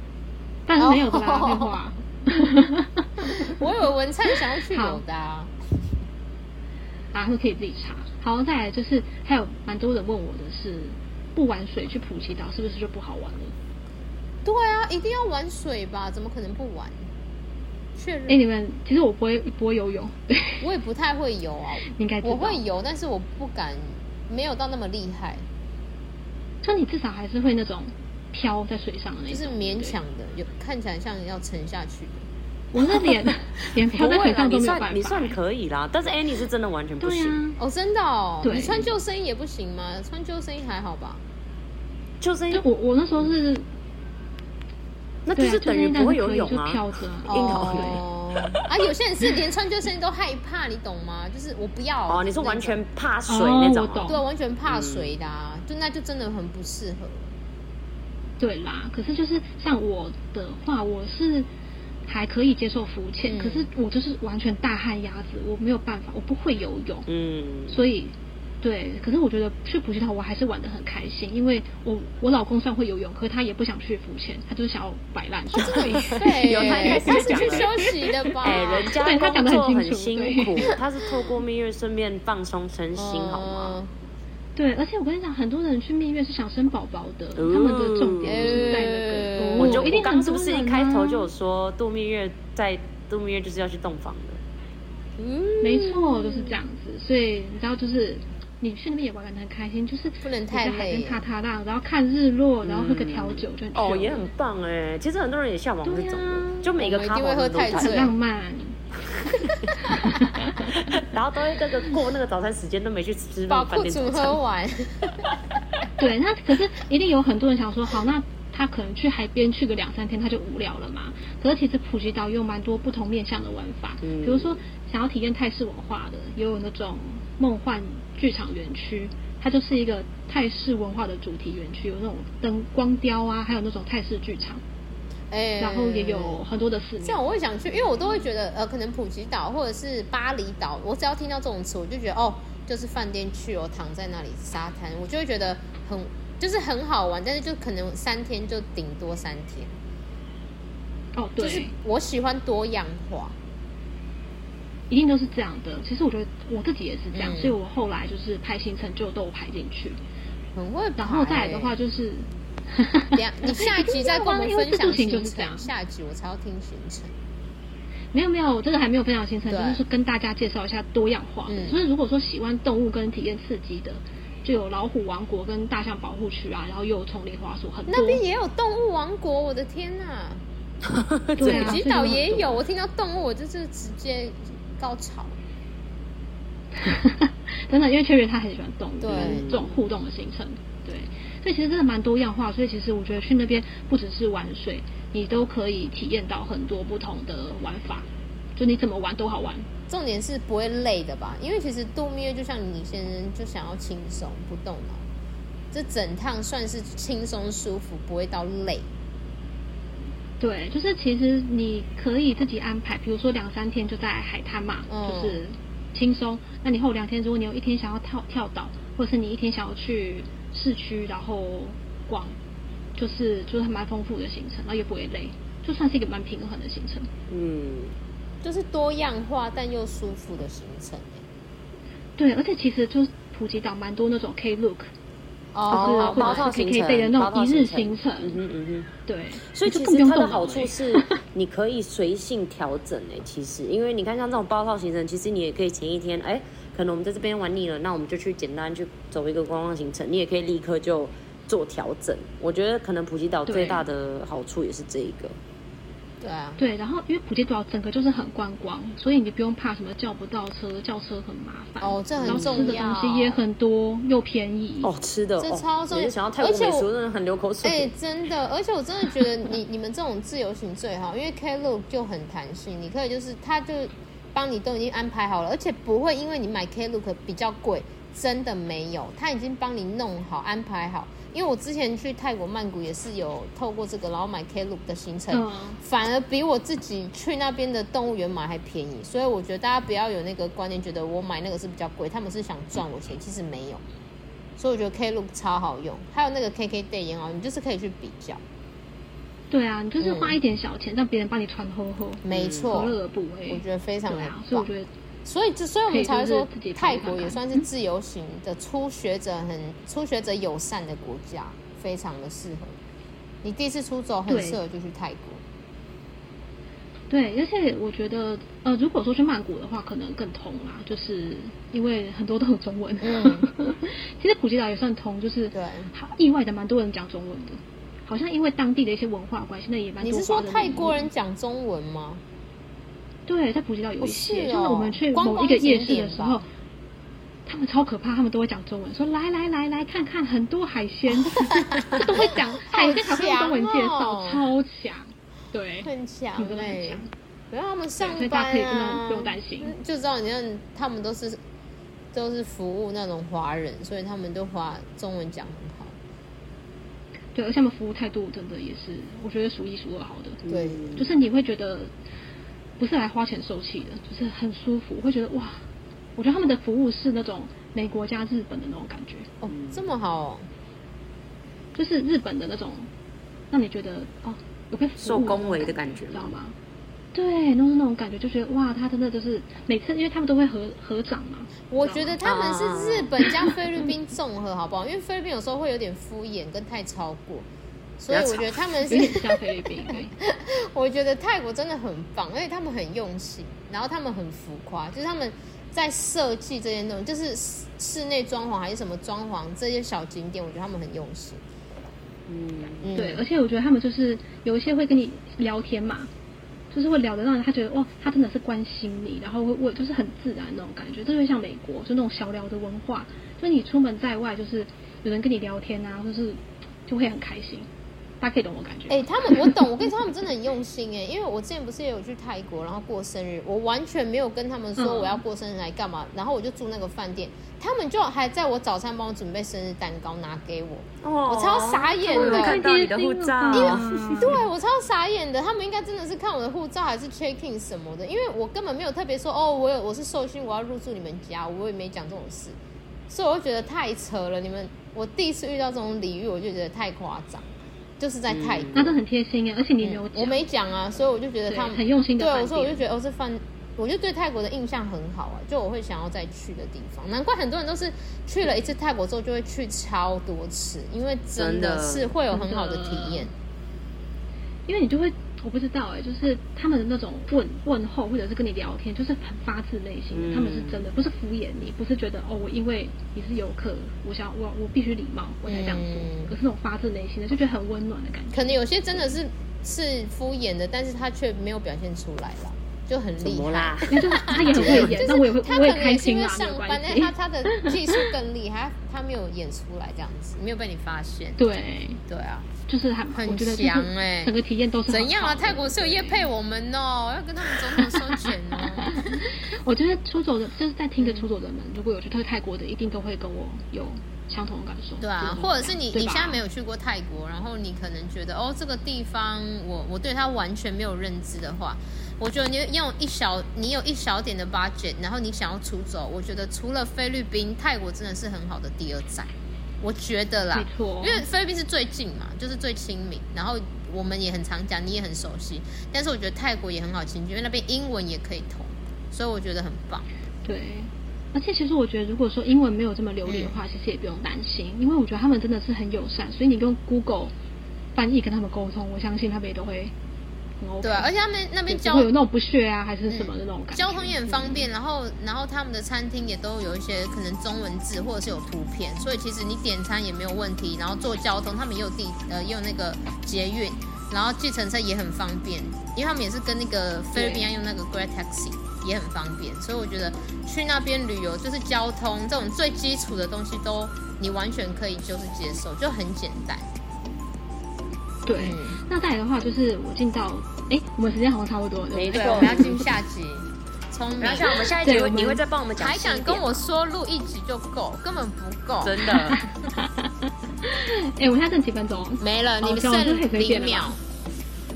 [SPEAKER 3] 但是没有的啦，
[SPEAKER 2] 哦
[SPEAKER 3] 没有 啊。
[SPEAKER 2] 我以为文灿想要去有的啊。
[SPEAKER 3] 啊，都可以自己查。好，再来就是还有蛮多人问我的是，不玩水去普吉岛是不是就不好玩了？
[SPEAKER 2] 对啊，一定要玩水吧？怎么可能不玩？确认
[SPEAKER 3] 哎、你们其实我不会不会游泳，对，
[SPEAKER 2] 我也不太会游啊，
[SPEAKER 3] 你应该知道
[SPEAKER 2] 我会，游，但是我不敢，没有到那么厉害，
[SPEAKER 3] 就你至少还是会那种飘在水上的那
[SPEAKER 2] 就
[SPEAKER 3] 种，
[SPEAKER 2] 是勉强的，有看起来像要沉下去的。
[SPEAKER 3] 对。我那 脸连
[SPEAKER 1] 不
[SPEAKER 3] 飘在
[SPEAKER 1] 会
[SPEAKER 3] 水
[SPEAKER 1] 啦，
[SPEAKER 3] 上都
[SPEAKER 1] 你
[SPEAKER 3] 没有办法。
[SPEAKER 1] 算你算可以啦，但是 Annie 是真的完全不
[SPEAKER 3] 对啊呀、
[SPEAKER 1] 行，
[SPEAKER 2] 哦，真的哦，
[SPEAKER 3] 对
[SPEAKER 2] 你穿救生衣也不行吗？穿救生衣还好吧？
[SPEAKER 1] 就是
[SPEAKER 3] 啊就我我那时候是，
[SPEAKER 1] 那就
[SPEAKER 3] 对啊，
[SPEAKER 1] 是等于
[SPEAKER 3] 那
[SPEAKER 1] 不会
[SPEAKER 3] 是
[SPEAKER 1] 游
[SPEAKER 3] 可以
[SPEAKER 1] 泳
[SPEAKER 3] 就
[SPEAKER 1] 啊
[SPEAKER 3] 飘。着、
[SPEAKER 1] 硬
[SPEAKER 3] 啊。
[SPEAKER 1] 头
[SPEAKER 2] 哦，啊，有些人是连穿救生衣都害怕，你懂吗？就是我不要
[SPEAKER 1] 哦，你
[SPEAKER 2] 就是那
[SPEAKER 1] 完全
[SPEAKER 2] 种
[SPEAKER 1] 怕水那种
[SPEAKER 3] 哦我懂
[SPEAKER 2] 对，完全怕水的、啊，就那就真的很不适合。
[SPEAKER 3] 对啦，可是就是像我的话，我是还可以接受浮
[SPEAKER 2] 嗯
[SPEAKER 3] 潜，可是我就是完全大旱鸭子，我没有办法，我不会游泳，
[SPEAKER 1] 嗯，
[SPEAKER 3] 所以对，可是我觉得去普吉岛我还是玩的很开心，因为我我老公虽然会游泳，可是他也不想去浮潜，他就是想要摆 烂。
[SPEAKER 1] 哦
[SPEAKER 3] 所以
[SPEAKER 2] 这个也
[SPEAKER 1] 有他一开
[SPEAKER 2] 对，
[SPEAKER 1] 始就
[SPEAKER 2] 他
[SPEAKER 1] 是
[SPEAKER 2] 去
[SPEAKER 1] 讲
[SPEAKER 2] 休
[SPEAKER 1] 了
[SPEAKER 2] 息的吧？
[SPEAKER 1] 哎、人家
[SPEAKER 3] 哦对他讲
[SPEAKER 1] 工
[SPEAKER 3] 得
[SPEAKER 1] 作
[SPEAKER 3] 很
[SPEAKER 1] 很
[SPEAKER 3] 清楚
[SPEAKER 1] 辛苦，他是透过蜜月顺便放松身心，好吗？
[SPEAKER 2] 嗯
[SPEAKER 3] 对，而且我跟你讲，很多人去蜜月是想生宝宝的，他们的重点就是在那个
[SPEAKER 2] 哦。
[SPEAKER 1] 我就
[SPEAKER 3] 一
[SPEAKER 1] 我
[SPEAKER 3] 定
[SPEAKER 1] 刚是不是一开头就有
[SPEAKER 3] 很多人啊
[SPEAKER 1] 说度蜜月在度蜜月就是要去洞房的？
[SPEAKER 2] 嗯
[SPEAKER 3] 没错，就是这样子。所以你知道，就是你去那边也玩得很开心，就是
[SPEAKER 2] 不能
[SPEAKER 3] 你
[SPEAKER 2] 太
[SPEAKER 3] 在海
[SPEAKER 2] 累
[SPEAKER 3] 边踏踏浪，然后看日落，然后喝个调酒，就很
[SPEAKER 1] 哦，
[SPEAKER 3] chill
[SPEAKER 1] 也很棒哎、其实很多人也向往这种的，
[SPEAKER 3] 对啊
[SPEAKER 1] 就每个
[SPEAKER 2] 我们一
[SPEAKER 1] 咖
[SPEAKER 2] 定会
[SPEAKER 1] 啡
[SPEAKER 2] 喝
[SPEAKER 1] 都
[SPEAKER 2] 太
[SPEAKER 1] 看
[SPEAKER 2] 醉
[SPEAKER 3] 很浪漫。
[SPEAKER 1] 然后都会各个过那个早餐时间都没去吃那
[SPEAKER 2] 把
[SPEAKER 1] 个饭
[SPEAKER 2] 库
[SPEAKER 1] 店
[SPEAKER 2] 存
[SPEAKER 1] 早
[SPEAKER 2] 喝
[SPEAKER 1] 餐。
[SPEAKER 2] 完，
[SPEAKER 3] 对，那可是一定有很多人想说，好，那他可能去海边去个两三天，他就无聊了嘛。可是其实普吉岛也有蛮多不同面向的玩法，
[SPEAKER 1] 嗯
[SPEAKER 3] 比如说想要体验泰式文化的，也有那种梦幻剧场园区，它就是一个泰式文化的主题园区，有那种灯光雕啊，还有那种泰式剧场，
[SPEAKER 2] 哎，
[SPEAKER 3] 然后也有很多的寺
[SPEAKER 2] 这样
[SPEAKER 3] 庙。
[SPEAKER 2] 我会想去，因为我都会觉得，呃，可能普吉岛或者是巴厘岛，我只要听到这种词，我就觉得哦，就是饭店去哦，躺在那里沙滩，我就会觉得很就是很好玩，但是就可能三天就顶多三天，
[SPEAKER 3] 哦，对，
[SPEAKER 2] 就是我喜欢多样化，
[SPEAKER 3] 一定都是这样的。其实我觉得我自己也是这样，
[SPEAKER 2] 嗯
[SPEAKER 3] 所以我后来就是排行程就都有排进去。
[SPEAKER 2] 很会排。
[SPEAKER 3] 然后再来的话就是，
[SPEAKER 2] 等一下你下一集再跟我们分
[SPEAKER 3] 因为自
[SPEAKER 2] 享
[SPEAKER 3] 助行
[SPEAKER 2] 行
[SPEAKER 3] 就是这样
[SPEAKER 2] 程，。下一集我才要听行程。
[SPEAKER 3] 没有没有，我这个还没有分享行程，
[SPEAKER 2] 对
[SPEAKER 3] 就是说跟大家介绍一下多样化的。
[SPEAKER 2] 嗯
[SPEAKER 3] 所以如果说喜欢动物跟体验刺激的，就有老虎王国跟大象保护区啊，然后又有丛林滑鼠，很多。
[SPEAKER 2] 那 边也有动物王国，我的天哪、
[SPEAKER 3] 对啊
[SPEAKER 2] 普吉岛也 有，我听到动物我就是直接高潮。
[SPEAKER 3] 等等，因为确实他很喜欢动物，
[SPEAKER 2] 对
[SPEAKER 3] 就是这种互动的行程，对，所以其实真的蛮多样化。所以其实我觉得去那边不只是玩水，你都可以体验到很多不同的玩法，就你怎么玩都好玩。
[SPEAKER 2] 重点是不会累的吧？因为其实度蜜月就像你先生就想要轻松不动脑，这整趟算是轻松舒服，不会到累。
[SPEAKER 3] 对，就是其实你可以自己安排，比如说两三天就在海滩嘛，
[SPEAKER 2] 嗯
[SPEAKER 3] 就是轻松。那你后两天，如果你有一天想要跳跳岛，或者是你一天想要去市区，然后逛，就是就是还蛮丰富的行程，然后也不会累，就算是一个蛮平衡的行程。
[SPEAKER 1] 嗯，
[SPEAKER 2] 就是多样化但又舒服的行程欸、
[SPEAKER 3] 对，而且其实就是普吉岛蛮多那种 K look，就是
[SPEAKER 1] 哦
[SPEAKER 2] 哦，
[SPEAKER 3] 或
[SPEAKER 1] 包
[SPEAKER 3] 者
[SPEAKER 1] 套
[SPEAKER 3] 是
[SPEAKER 1] 行
[SPEAKER 3] K K
[SPEAKER 1] 程
[SPEAKER 3] day 的那
[SPEAKER 1] 包套
[SPEAKER 3] 种一日
[SPEAKER 1] 行
[SPEAKER 3] 行程，
[SPEAKER 1] 嗯哼嗯哼。
[SPEAKER 3] 对，
[SPEAKER 1] 所以
[SPEAKER 3] 就
[SPEAKER 1] 其
[SPEAKER 3] 更不
[SPEAKER 1] 实
[SPEAKER 3] 用
[SPEAKER 1] 它的
[SPEAKER 3] 动脑
[SPEAKER 1] 好
[SPEAKER 3] 了
[SPEAKER 1] 处
[SPEAKER 3] 欸
[SPEAKER 1] 是， 你可以随性调整诶、其实，因为你看像这种包套行程，其实你也可以前一天，哎、可能我们在这边玩腻了，那我们就去简单去走一个观光行程，你也可以立刻就做调整。我觉得可能普吉岛最
[SPEAKER 3] 对
[SPEAKER 1] 大的好处也是这一个。
[SPEAKER 2] 对啊，
[SPEAKER 3] 对，然后因为普吉岛整个就是很观光，所以你不用怕什么叫不到车，叫车很麻烦。
[SPEAKER 2] 哦这很
[SPEAKER 3] 然后吃的
[SPEAKER 2] 重要
[SPEAKER 3] 东西也很多，又便宜。
[SPEAKER 1] 哦，，吃的
[SPEAKER 2] 这
[SPEAKER 1] 哦
[SPEAKER 2] 超重要
[SPEAKER 1] 每次想到泰国
[SPEAKER 2] 而且
[SPEAKER 1] 美
[SPEAKER 2] 我
[SPEAKER 1] 食，我真的很流口水。
[SPEAKER 2] 哎、真的，而且我真的觉得你 你们这种自由行最好，因为 K Look 就很弹性，你可以就是他就帮你都已经安排好了，而且不会因为你买 K Look 比较贵，真的没有，他已经帮你弄好安排好。因为我之前去泰国曼谷也是有透过这个，然后买 K Look 的行程，
[SPEAKER 3] 嗯
[SPEAKER 2] 反而比我自己去那边的动物园买还便宜，所以我觉得大家不要有那个观念，觉得我买那个是比较贵，他们是想赚我钱，其实没有。所以我觉得 K Look 超好用，还有那个 KK Day 也好，你就是可以去比较，
[SPEAKER 3] 对啊，你就是
[SPEAKER 2] 嗯
[SPEAKER 3] 花一点小钱，让别人帮你穿厚厚，
[SPEAKER 2] 没错，
[SPEAKER 3] 嗯何乐而不
[SPEAKER 2] 嗯
[SPEAKER 3] 为？
[SPEAKER 2] 我觉得非常
[SPEAKER 3] 对
[SPEAKER 2] 的
[SPEAKER 3] 啊，所以
[SPEAKER 2] 棒
[SPEAKER 3] 我。觉得
[SPEAKER 2] 所以这，所以我们才会说
[SPEAKER 3] 可以就是自己跑
[SPEAKER 2] 泰
[SPEAKER 3] 一趟
[SPEAKER 2] 国也
[SPEAKER 3] 看
[SPEAKER 2] 算是自由行的初学者很初学者友善的国家，非常的适合。你第一次出走很
[SPEAKER 3] 对
[SPEAKER 2] 适合就去泰国，
[SPEAKER 3] 对，而且我觉得呃，如果说去曼谷的话，可能更通啦，就是因为很多都有中文。
[SPEAKER 2] 嗯
[SPEAKER 3] 其实普吉岛也算通，就是
[SPEAKER 2] 对
[SPEAKER 3] 好意外的蛮多人讲中文的，好像因为当地的一些文化关系，那也蛮
[SPEAKER 2] 你
[SPEAKER 3] 多
[SPEAKER 2] 是说
[SPEAKER 3] 华移民
[SPEAKER 2] 泰国人讲中文吗？
[SPEAKER 3] 对，在普吉岛有一
[SPEAKER 2] 哦是
[SPEAKER 3] 些，
[SPEAKER 2] 哦
[SPEAKER 3] 就是我们去某一个夜市的时候，他们超可怕，他们都会讲中文，说来来来来看看，很多海鲜，都会 讲海鲜，才会用中文介绍，
[SPEAKER 2] 好强哦
[SPEAKER 3] 超强，对，
[SPEAKER 2] 很强
[SPEAKER 3] 真的
[SPEAKER 2] 哎、
[SPEAKER 3] 很强
[SPEAKER 2] 不要他们上
[SPEAKER 3] 嗯对所以大
[SPEAKER 2] 班
[SPEAKER 3] 家可以不
[SPEAKER 2] 啊，
[SPEAKER 3] 用不用担心
[SPEAKER 2] 就知道你看他们都是都是服务那种华人，所以他们都华中文讲很好。
[SPEAKER 3] 对，而且他们服务态度真的也是，我觉得数一数二好的，
[SPEAKER 2] 对
[SPEAKER 1] 嗯
[SPEAKER 3] 就是你会觉得不是来花钱受气的，就是很舒服，会觉得哇，我觉得他们的服务是那种美国加日本的那种感觉，
[SPEAKER 2] 哦，这么好哦，
[SPEAKER 3] 就是日本的那种，让你觉得哦有被服务
[SPEAKER 1] 受恭维的感觉
[SPEAKER 3] 你知道
[SPEAKER 1] 吗？
[SPEAKER 3] 吗？对，就是那种感觉，就觉得哇，他真的就是每次，因为他们都会合合掌嘛，
[SPEAKER 2] 我觉得他们是
[SPEAKER 1] 啊
[SPEAKER 2] 日本加菲律宾综合，好不好？因为菲律宾有时候会有点敷衍跟太超过，所以我觉得他们
[SPEAKER 3] 有点
[SPEAKER 2] 是，
[SPEAKER 3] 像菲 律宾。对
[SPEAKER 2] 我觉得泰国真的很棒，而且他们很用心，然后他们很浮夸，就是他们在设计这些东西，就是室室内装潢还是什么装潢这些小景点，我觉得他们很用心。
[SPEAKER 1] 嗯，
[SPEAKER 2] 嗯，
[SPEAKER 3] 对，而且我觉得他们就是有一些会跟你聊天嘛，就是会聊得让人他觉得哇，他真的是关心你，然后会问，就是很自然那种感觉，这就像美国就那种小聊的文化，就是你出门在外就是有人跟你聊天啊，就是就会很开心，大家可以懂我感觉。
[SPEAKER 2] 哎、他们我懂，我跟你说，他们真的很用心哎、因为我之前不是也有去泰国，然后过生日，我完全没有跟他们说
[SPEAKER 3] 嗯
[SPEAKER 2] 我要过生日来干嘛，然后我就住那个饭店，他们就还在我早餐帮我准备生日蛋糕拿给我，
[SPEAKER 1] 哦
[SPEAKER 2] 我超傻眼
[SPEAKER 1] 他们
[SPEAKER 2] 的
[SPEAKER 1] 有看到你的护照，
[SPEAKER 3] 因 为
[SPEAKER 2] 对我超傻眼的，他们应该真的是看我的护照还是 check in 什么的，因为我根本没有特别说哦，我有我是寿星，我要入住你们家，我也没讲这种事，所以我就觉得太扯了，你们我第一次遇到这种礼遇，我就觉得太夸张，就是在泰国。
[SPEAKER 3] 那这很贴心耶，而且你没有
[SPEAKER 2] 嗯
[SPEAKER 3] 讲，
[SPEAKER 2] 我没讲啊，所以我就觉得
[SPEAKER 3] 嗯对
[SPEAKER 2] 他们
[SPEAKER 3] 很用心的
[SPEAKER 2] 对，
[SPEAKER 3] 饭
[SPEAKER 2] 我说我就
[SPEAKER 3] 店
[SPEAKER 2] 觉得哦，这饭，我就对泰国的印象很好啊，就我会想要再去的地方。难怪很多人都是去了一次泰国之后就会去超多次，因为真
[SPEAKER 1] 真
[SPEAKER 2] 的
[SPEAKER 1] 的
[SPEAKER 2] 是会有很好的体验。
[SPEAKER 3] 因为你就会我不知道哎，就是他们的那种问问候或者是跟你聊天，就是很发自内心的，
[SPEAKER 1] 嗯
[SPEAKER 3] 他们是真的，不是敷衍你，不是觉得哦，我因为你是游客，我想我我必须礼貌，我才这样做，
[SPEAKER 2] 嗯
[SPEAKER 3] 可是那种发自内心的，就觉得很温暖的感 觉。
[SPEAKER 2] 可能有些真的是是敷衍的，但是他却没有表现出来啦，就很
[SPEAKER 1] 怎
[SPEAKER 2] 厉
[SPEAKER 1] 么
[SPEAKER 2] 害
[SPEAKER 1] 啦。？
[SPEAKER 3] 因为就他也很会演，那我也会
[SPEAKER 2] 他
[SPEAKER 3] 我
[SPEAKER 2] 可
[SPEAKER 3] 也
[SPEAKER 2] 能
[SPEAKER 3] 开
[SPEAKER 2] 也是因为
[SPEAKER 3] 心啦，没
[SPEAKER 2] 上
[SPEAKER 3] 有关
[SPEAKER 2] 班，但
[SPEAKER 3] 系
[SPEAKER 2] 是。他他的技术更厉害，他他没有演出来这样子，没有被你发现。
[SPEAKER 3] 对，
[SPEAKER 2] 对啊，
[SPEAKER 3] 就是还
[SPEAKER 2] 很
[SPEAKER 3] 我觉得就
[SPEAKER 2] 强
[SPEAKER 3] 是
[SPEAKER 2] 欸
[SPEAKER 3] 整个体验都是很
[SPEAKER 2] 怎样啊？
[SPEAKER 3] 好的
[SPEAKER 2] 泰国是有业配我们哦，要跟他们总统收钱哦。
[SPEAKER 3] 我觉得出走的，就是在听的出走的人，如果有去泰国的，一定都会跟我有相同的感受。
[SPEAKER 2] 对啊
[SPEAKER 3] 就，是
[SPEAKER 2] 或者是你
[SPEAKER 3] 对
[SPEAKER 2] 你
[SPEAKER 3] 吧
[SPEAKER 2] 现在没有去过泰国，然后你可能觉得哦这个地方我我对它完全没有认知的话，我觉得你用一小你有一小点的 budget，然后你想要出走，我觉得除了菲律宾，泰国真的是很好的第二站，我觉得啦
[SPEAKER 3] 没，错，
[SPEAKER 2] 因为菲律宾是最近嘛，就是最亲民，然后我们也很常讲，你也很熟悉，但是我觉得泰国也很好亲近，因为那边英文也可以通，所以我觉得很棒。
[SPEAKER 3] 对，而且其实我觉得，如果说英文没有这么流利的
[SPEAKER 2] 嗯
[SPEAKER 3] 话，其实也不用担心，因为我觉得他们真的是很友善，所以你用 Google 翻译跟他们沟通，我相信他们也都会很 OK。
[SPEAKER 2] 对啊，而且他们那边
[SPEAKER 3] 也
[SPEAKER 2] 交嗯
[SPEAKER 3] 不会有那种不屑啊，还是什么的那种感觉。
[SPEAKER 2] 交通也很方便，然后然后他们的餐厅也都有一些可能中文字或者是有图片，所以其实你点餐也没有问题。然后坐交通，他们也有地呃也有那个捷运，然后计程车也很方便，因为他们也是跟那个菲律宾一样用那个啊 Grab Taxi 也很方便，所以我觉得去那边旅游就是交通这种最基础的东西都你完全可以就是接受，就很简单。
[SPEAKER 3] 对，
[SPEAKER 2] 嗯，
[SPEAKER 3] 那再来的话就是我进到，哎，我们时间好像差不多了。
[SPEAKER 1] 没
[SPEAKER 3] 对不对
[SPEAKER 1] 错
[SPEAKER 2] 嗯对，我们要进下集，聪明
[SPEAKER 1] 啊然。后像啊我们下一集
[SPEAKER 3] 对我
[SPEAKER 1] 会，
[SPEAKER 3] 们
[SPEAKER 1] 你会再帮我们讲
[SPEAKER 2] 还
[SPEAKER 1] 细一点，
[SPEAKER 2] 敢跟我说录一集就够，根本不够。
[SPEAKER 1] 真的，
[SPEAKER 3] 哎，我们现在剩几分钟？
[SPEAKER 2] 没了，
[SPEAKER 3] 好
[SPEAKER 2] 你
[SPEAKER 3] 这样我就
[SPEAKER 2] 剩
[SPEAKER 3] 可以随
[SPEAKER 2] 零
[SPEAKER 3] 便了吧
[SPEAKER 2] 秒。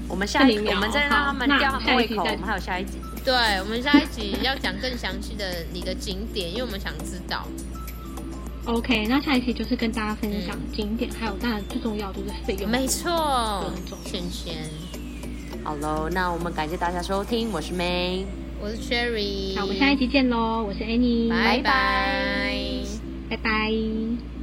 [SPEAKER 1] 我们下一
[SPEAKER 3] 这里
[SPEAKER 1] 集
[SPEAKER 3] 秒
[SPEAKER 1] 我们再让他们
[SPEAKER 3] 好那
[SPEAKER 1] 吊他们胃
[SPEAKER 3] 下
[SPEAKER 1] 口，
[SPEAKER 3] 一集再
[SPEAKER 1] 我们还有下一集。
[SPEAKER 2] 对，我们下一集要讲更详细的你的景点，因为我们想知道。
[SPEAKER 3] OK，那下一期就是跟大家分享景点，还有当然最重要就是费用。
[SPEAKER 2] 没错
[SPEAKER 3] 嗯重，要
[SPEAKER 2] 萱萱，
[SPEAKER 1] 好喽，那我们感谢大家收听，我是 May。
[SPEAKER 2] 我是 Cherry，
[SPEAKER 3] 那我们下一期见喽，我是 Annie，
[SPEAKER 2] 拜
[SPEAKER 1] 拜
[SPEAKER 2] 拜
[SPEAKER 1] 拜
[SPEAKER 3] 拜拜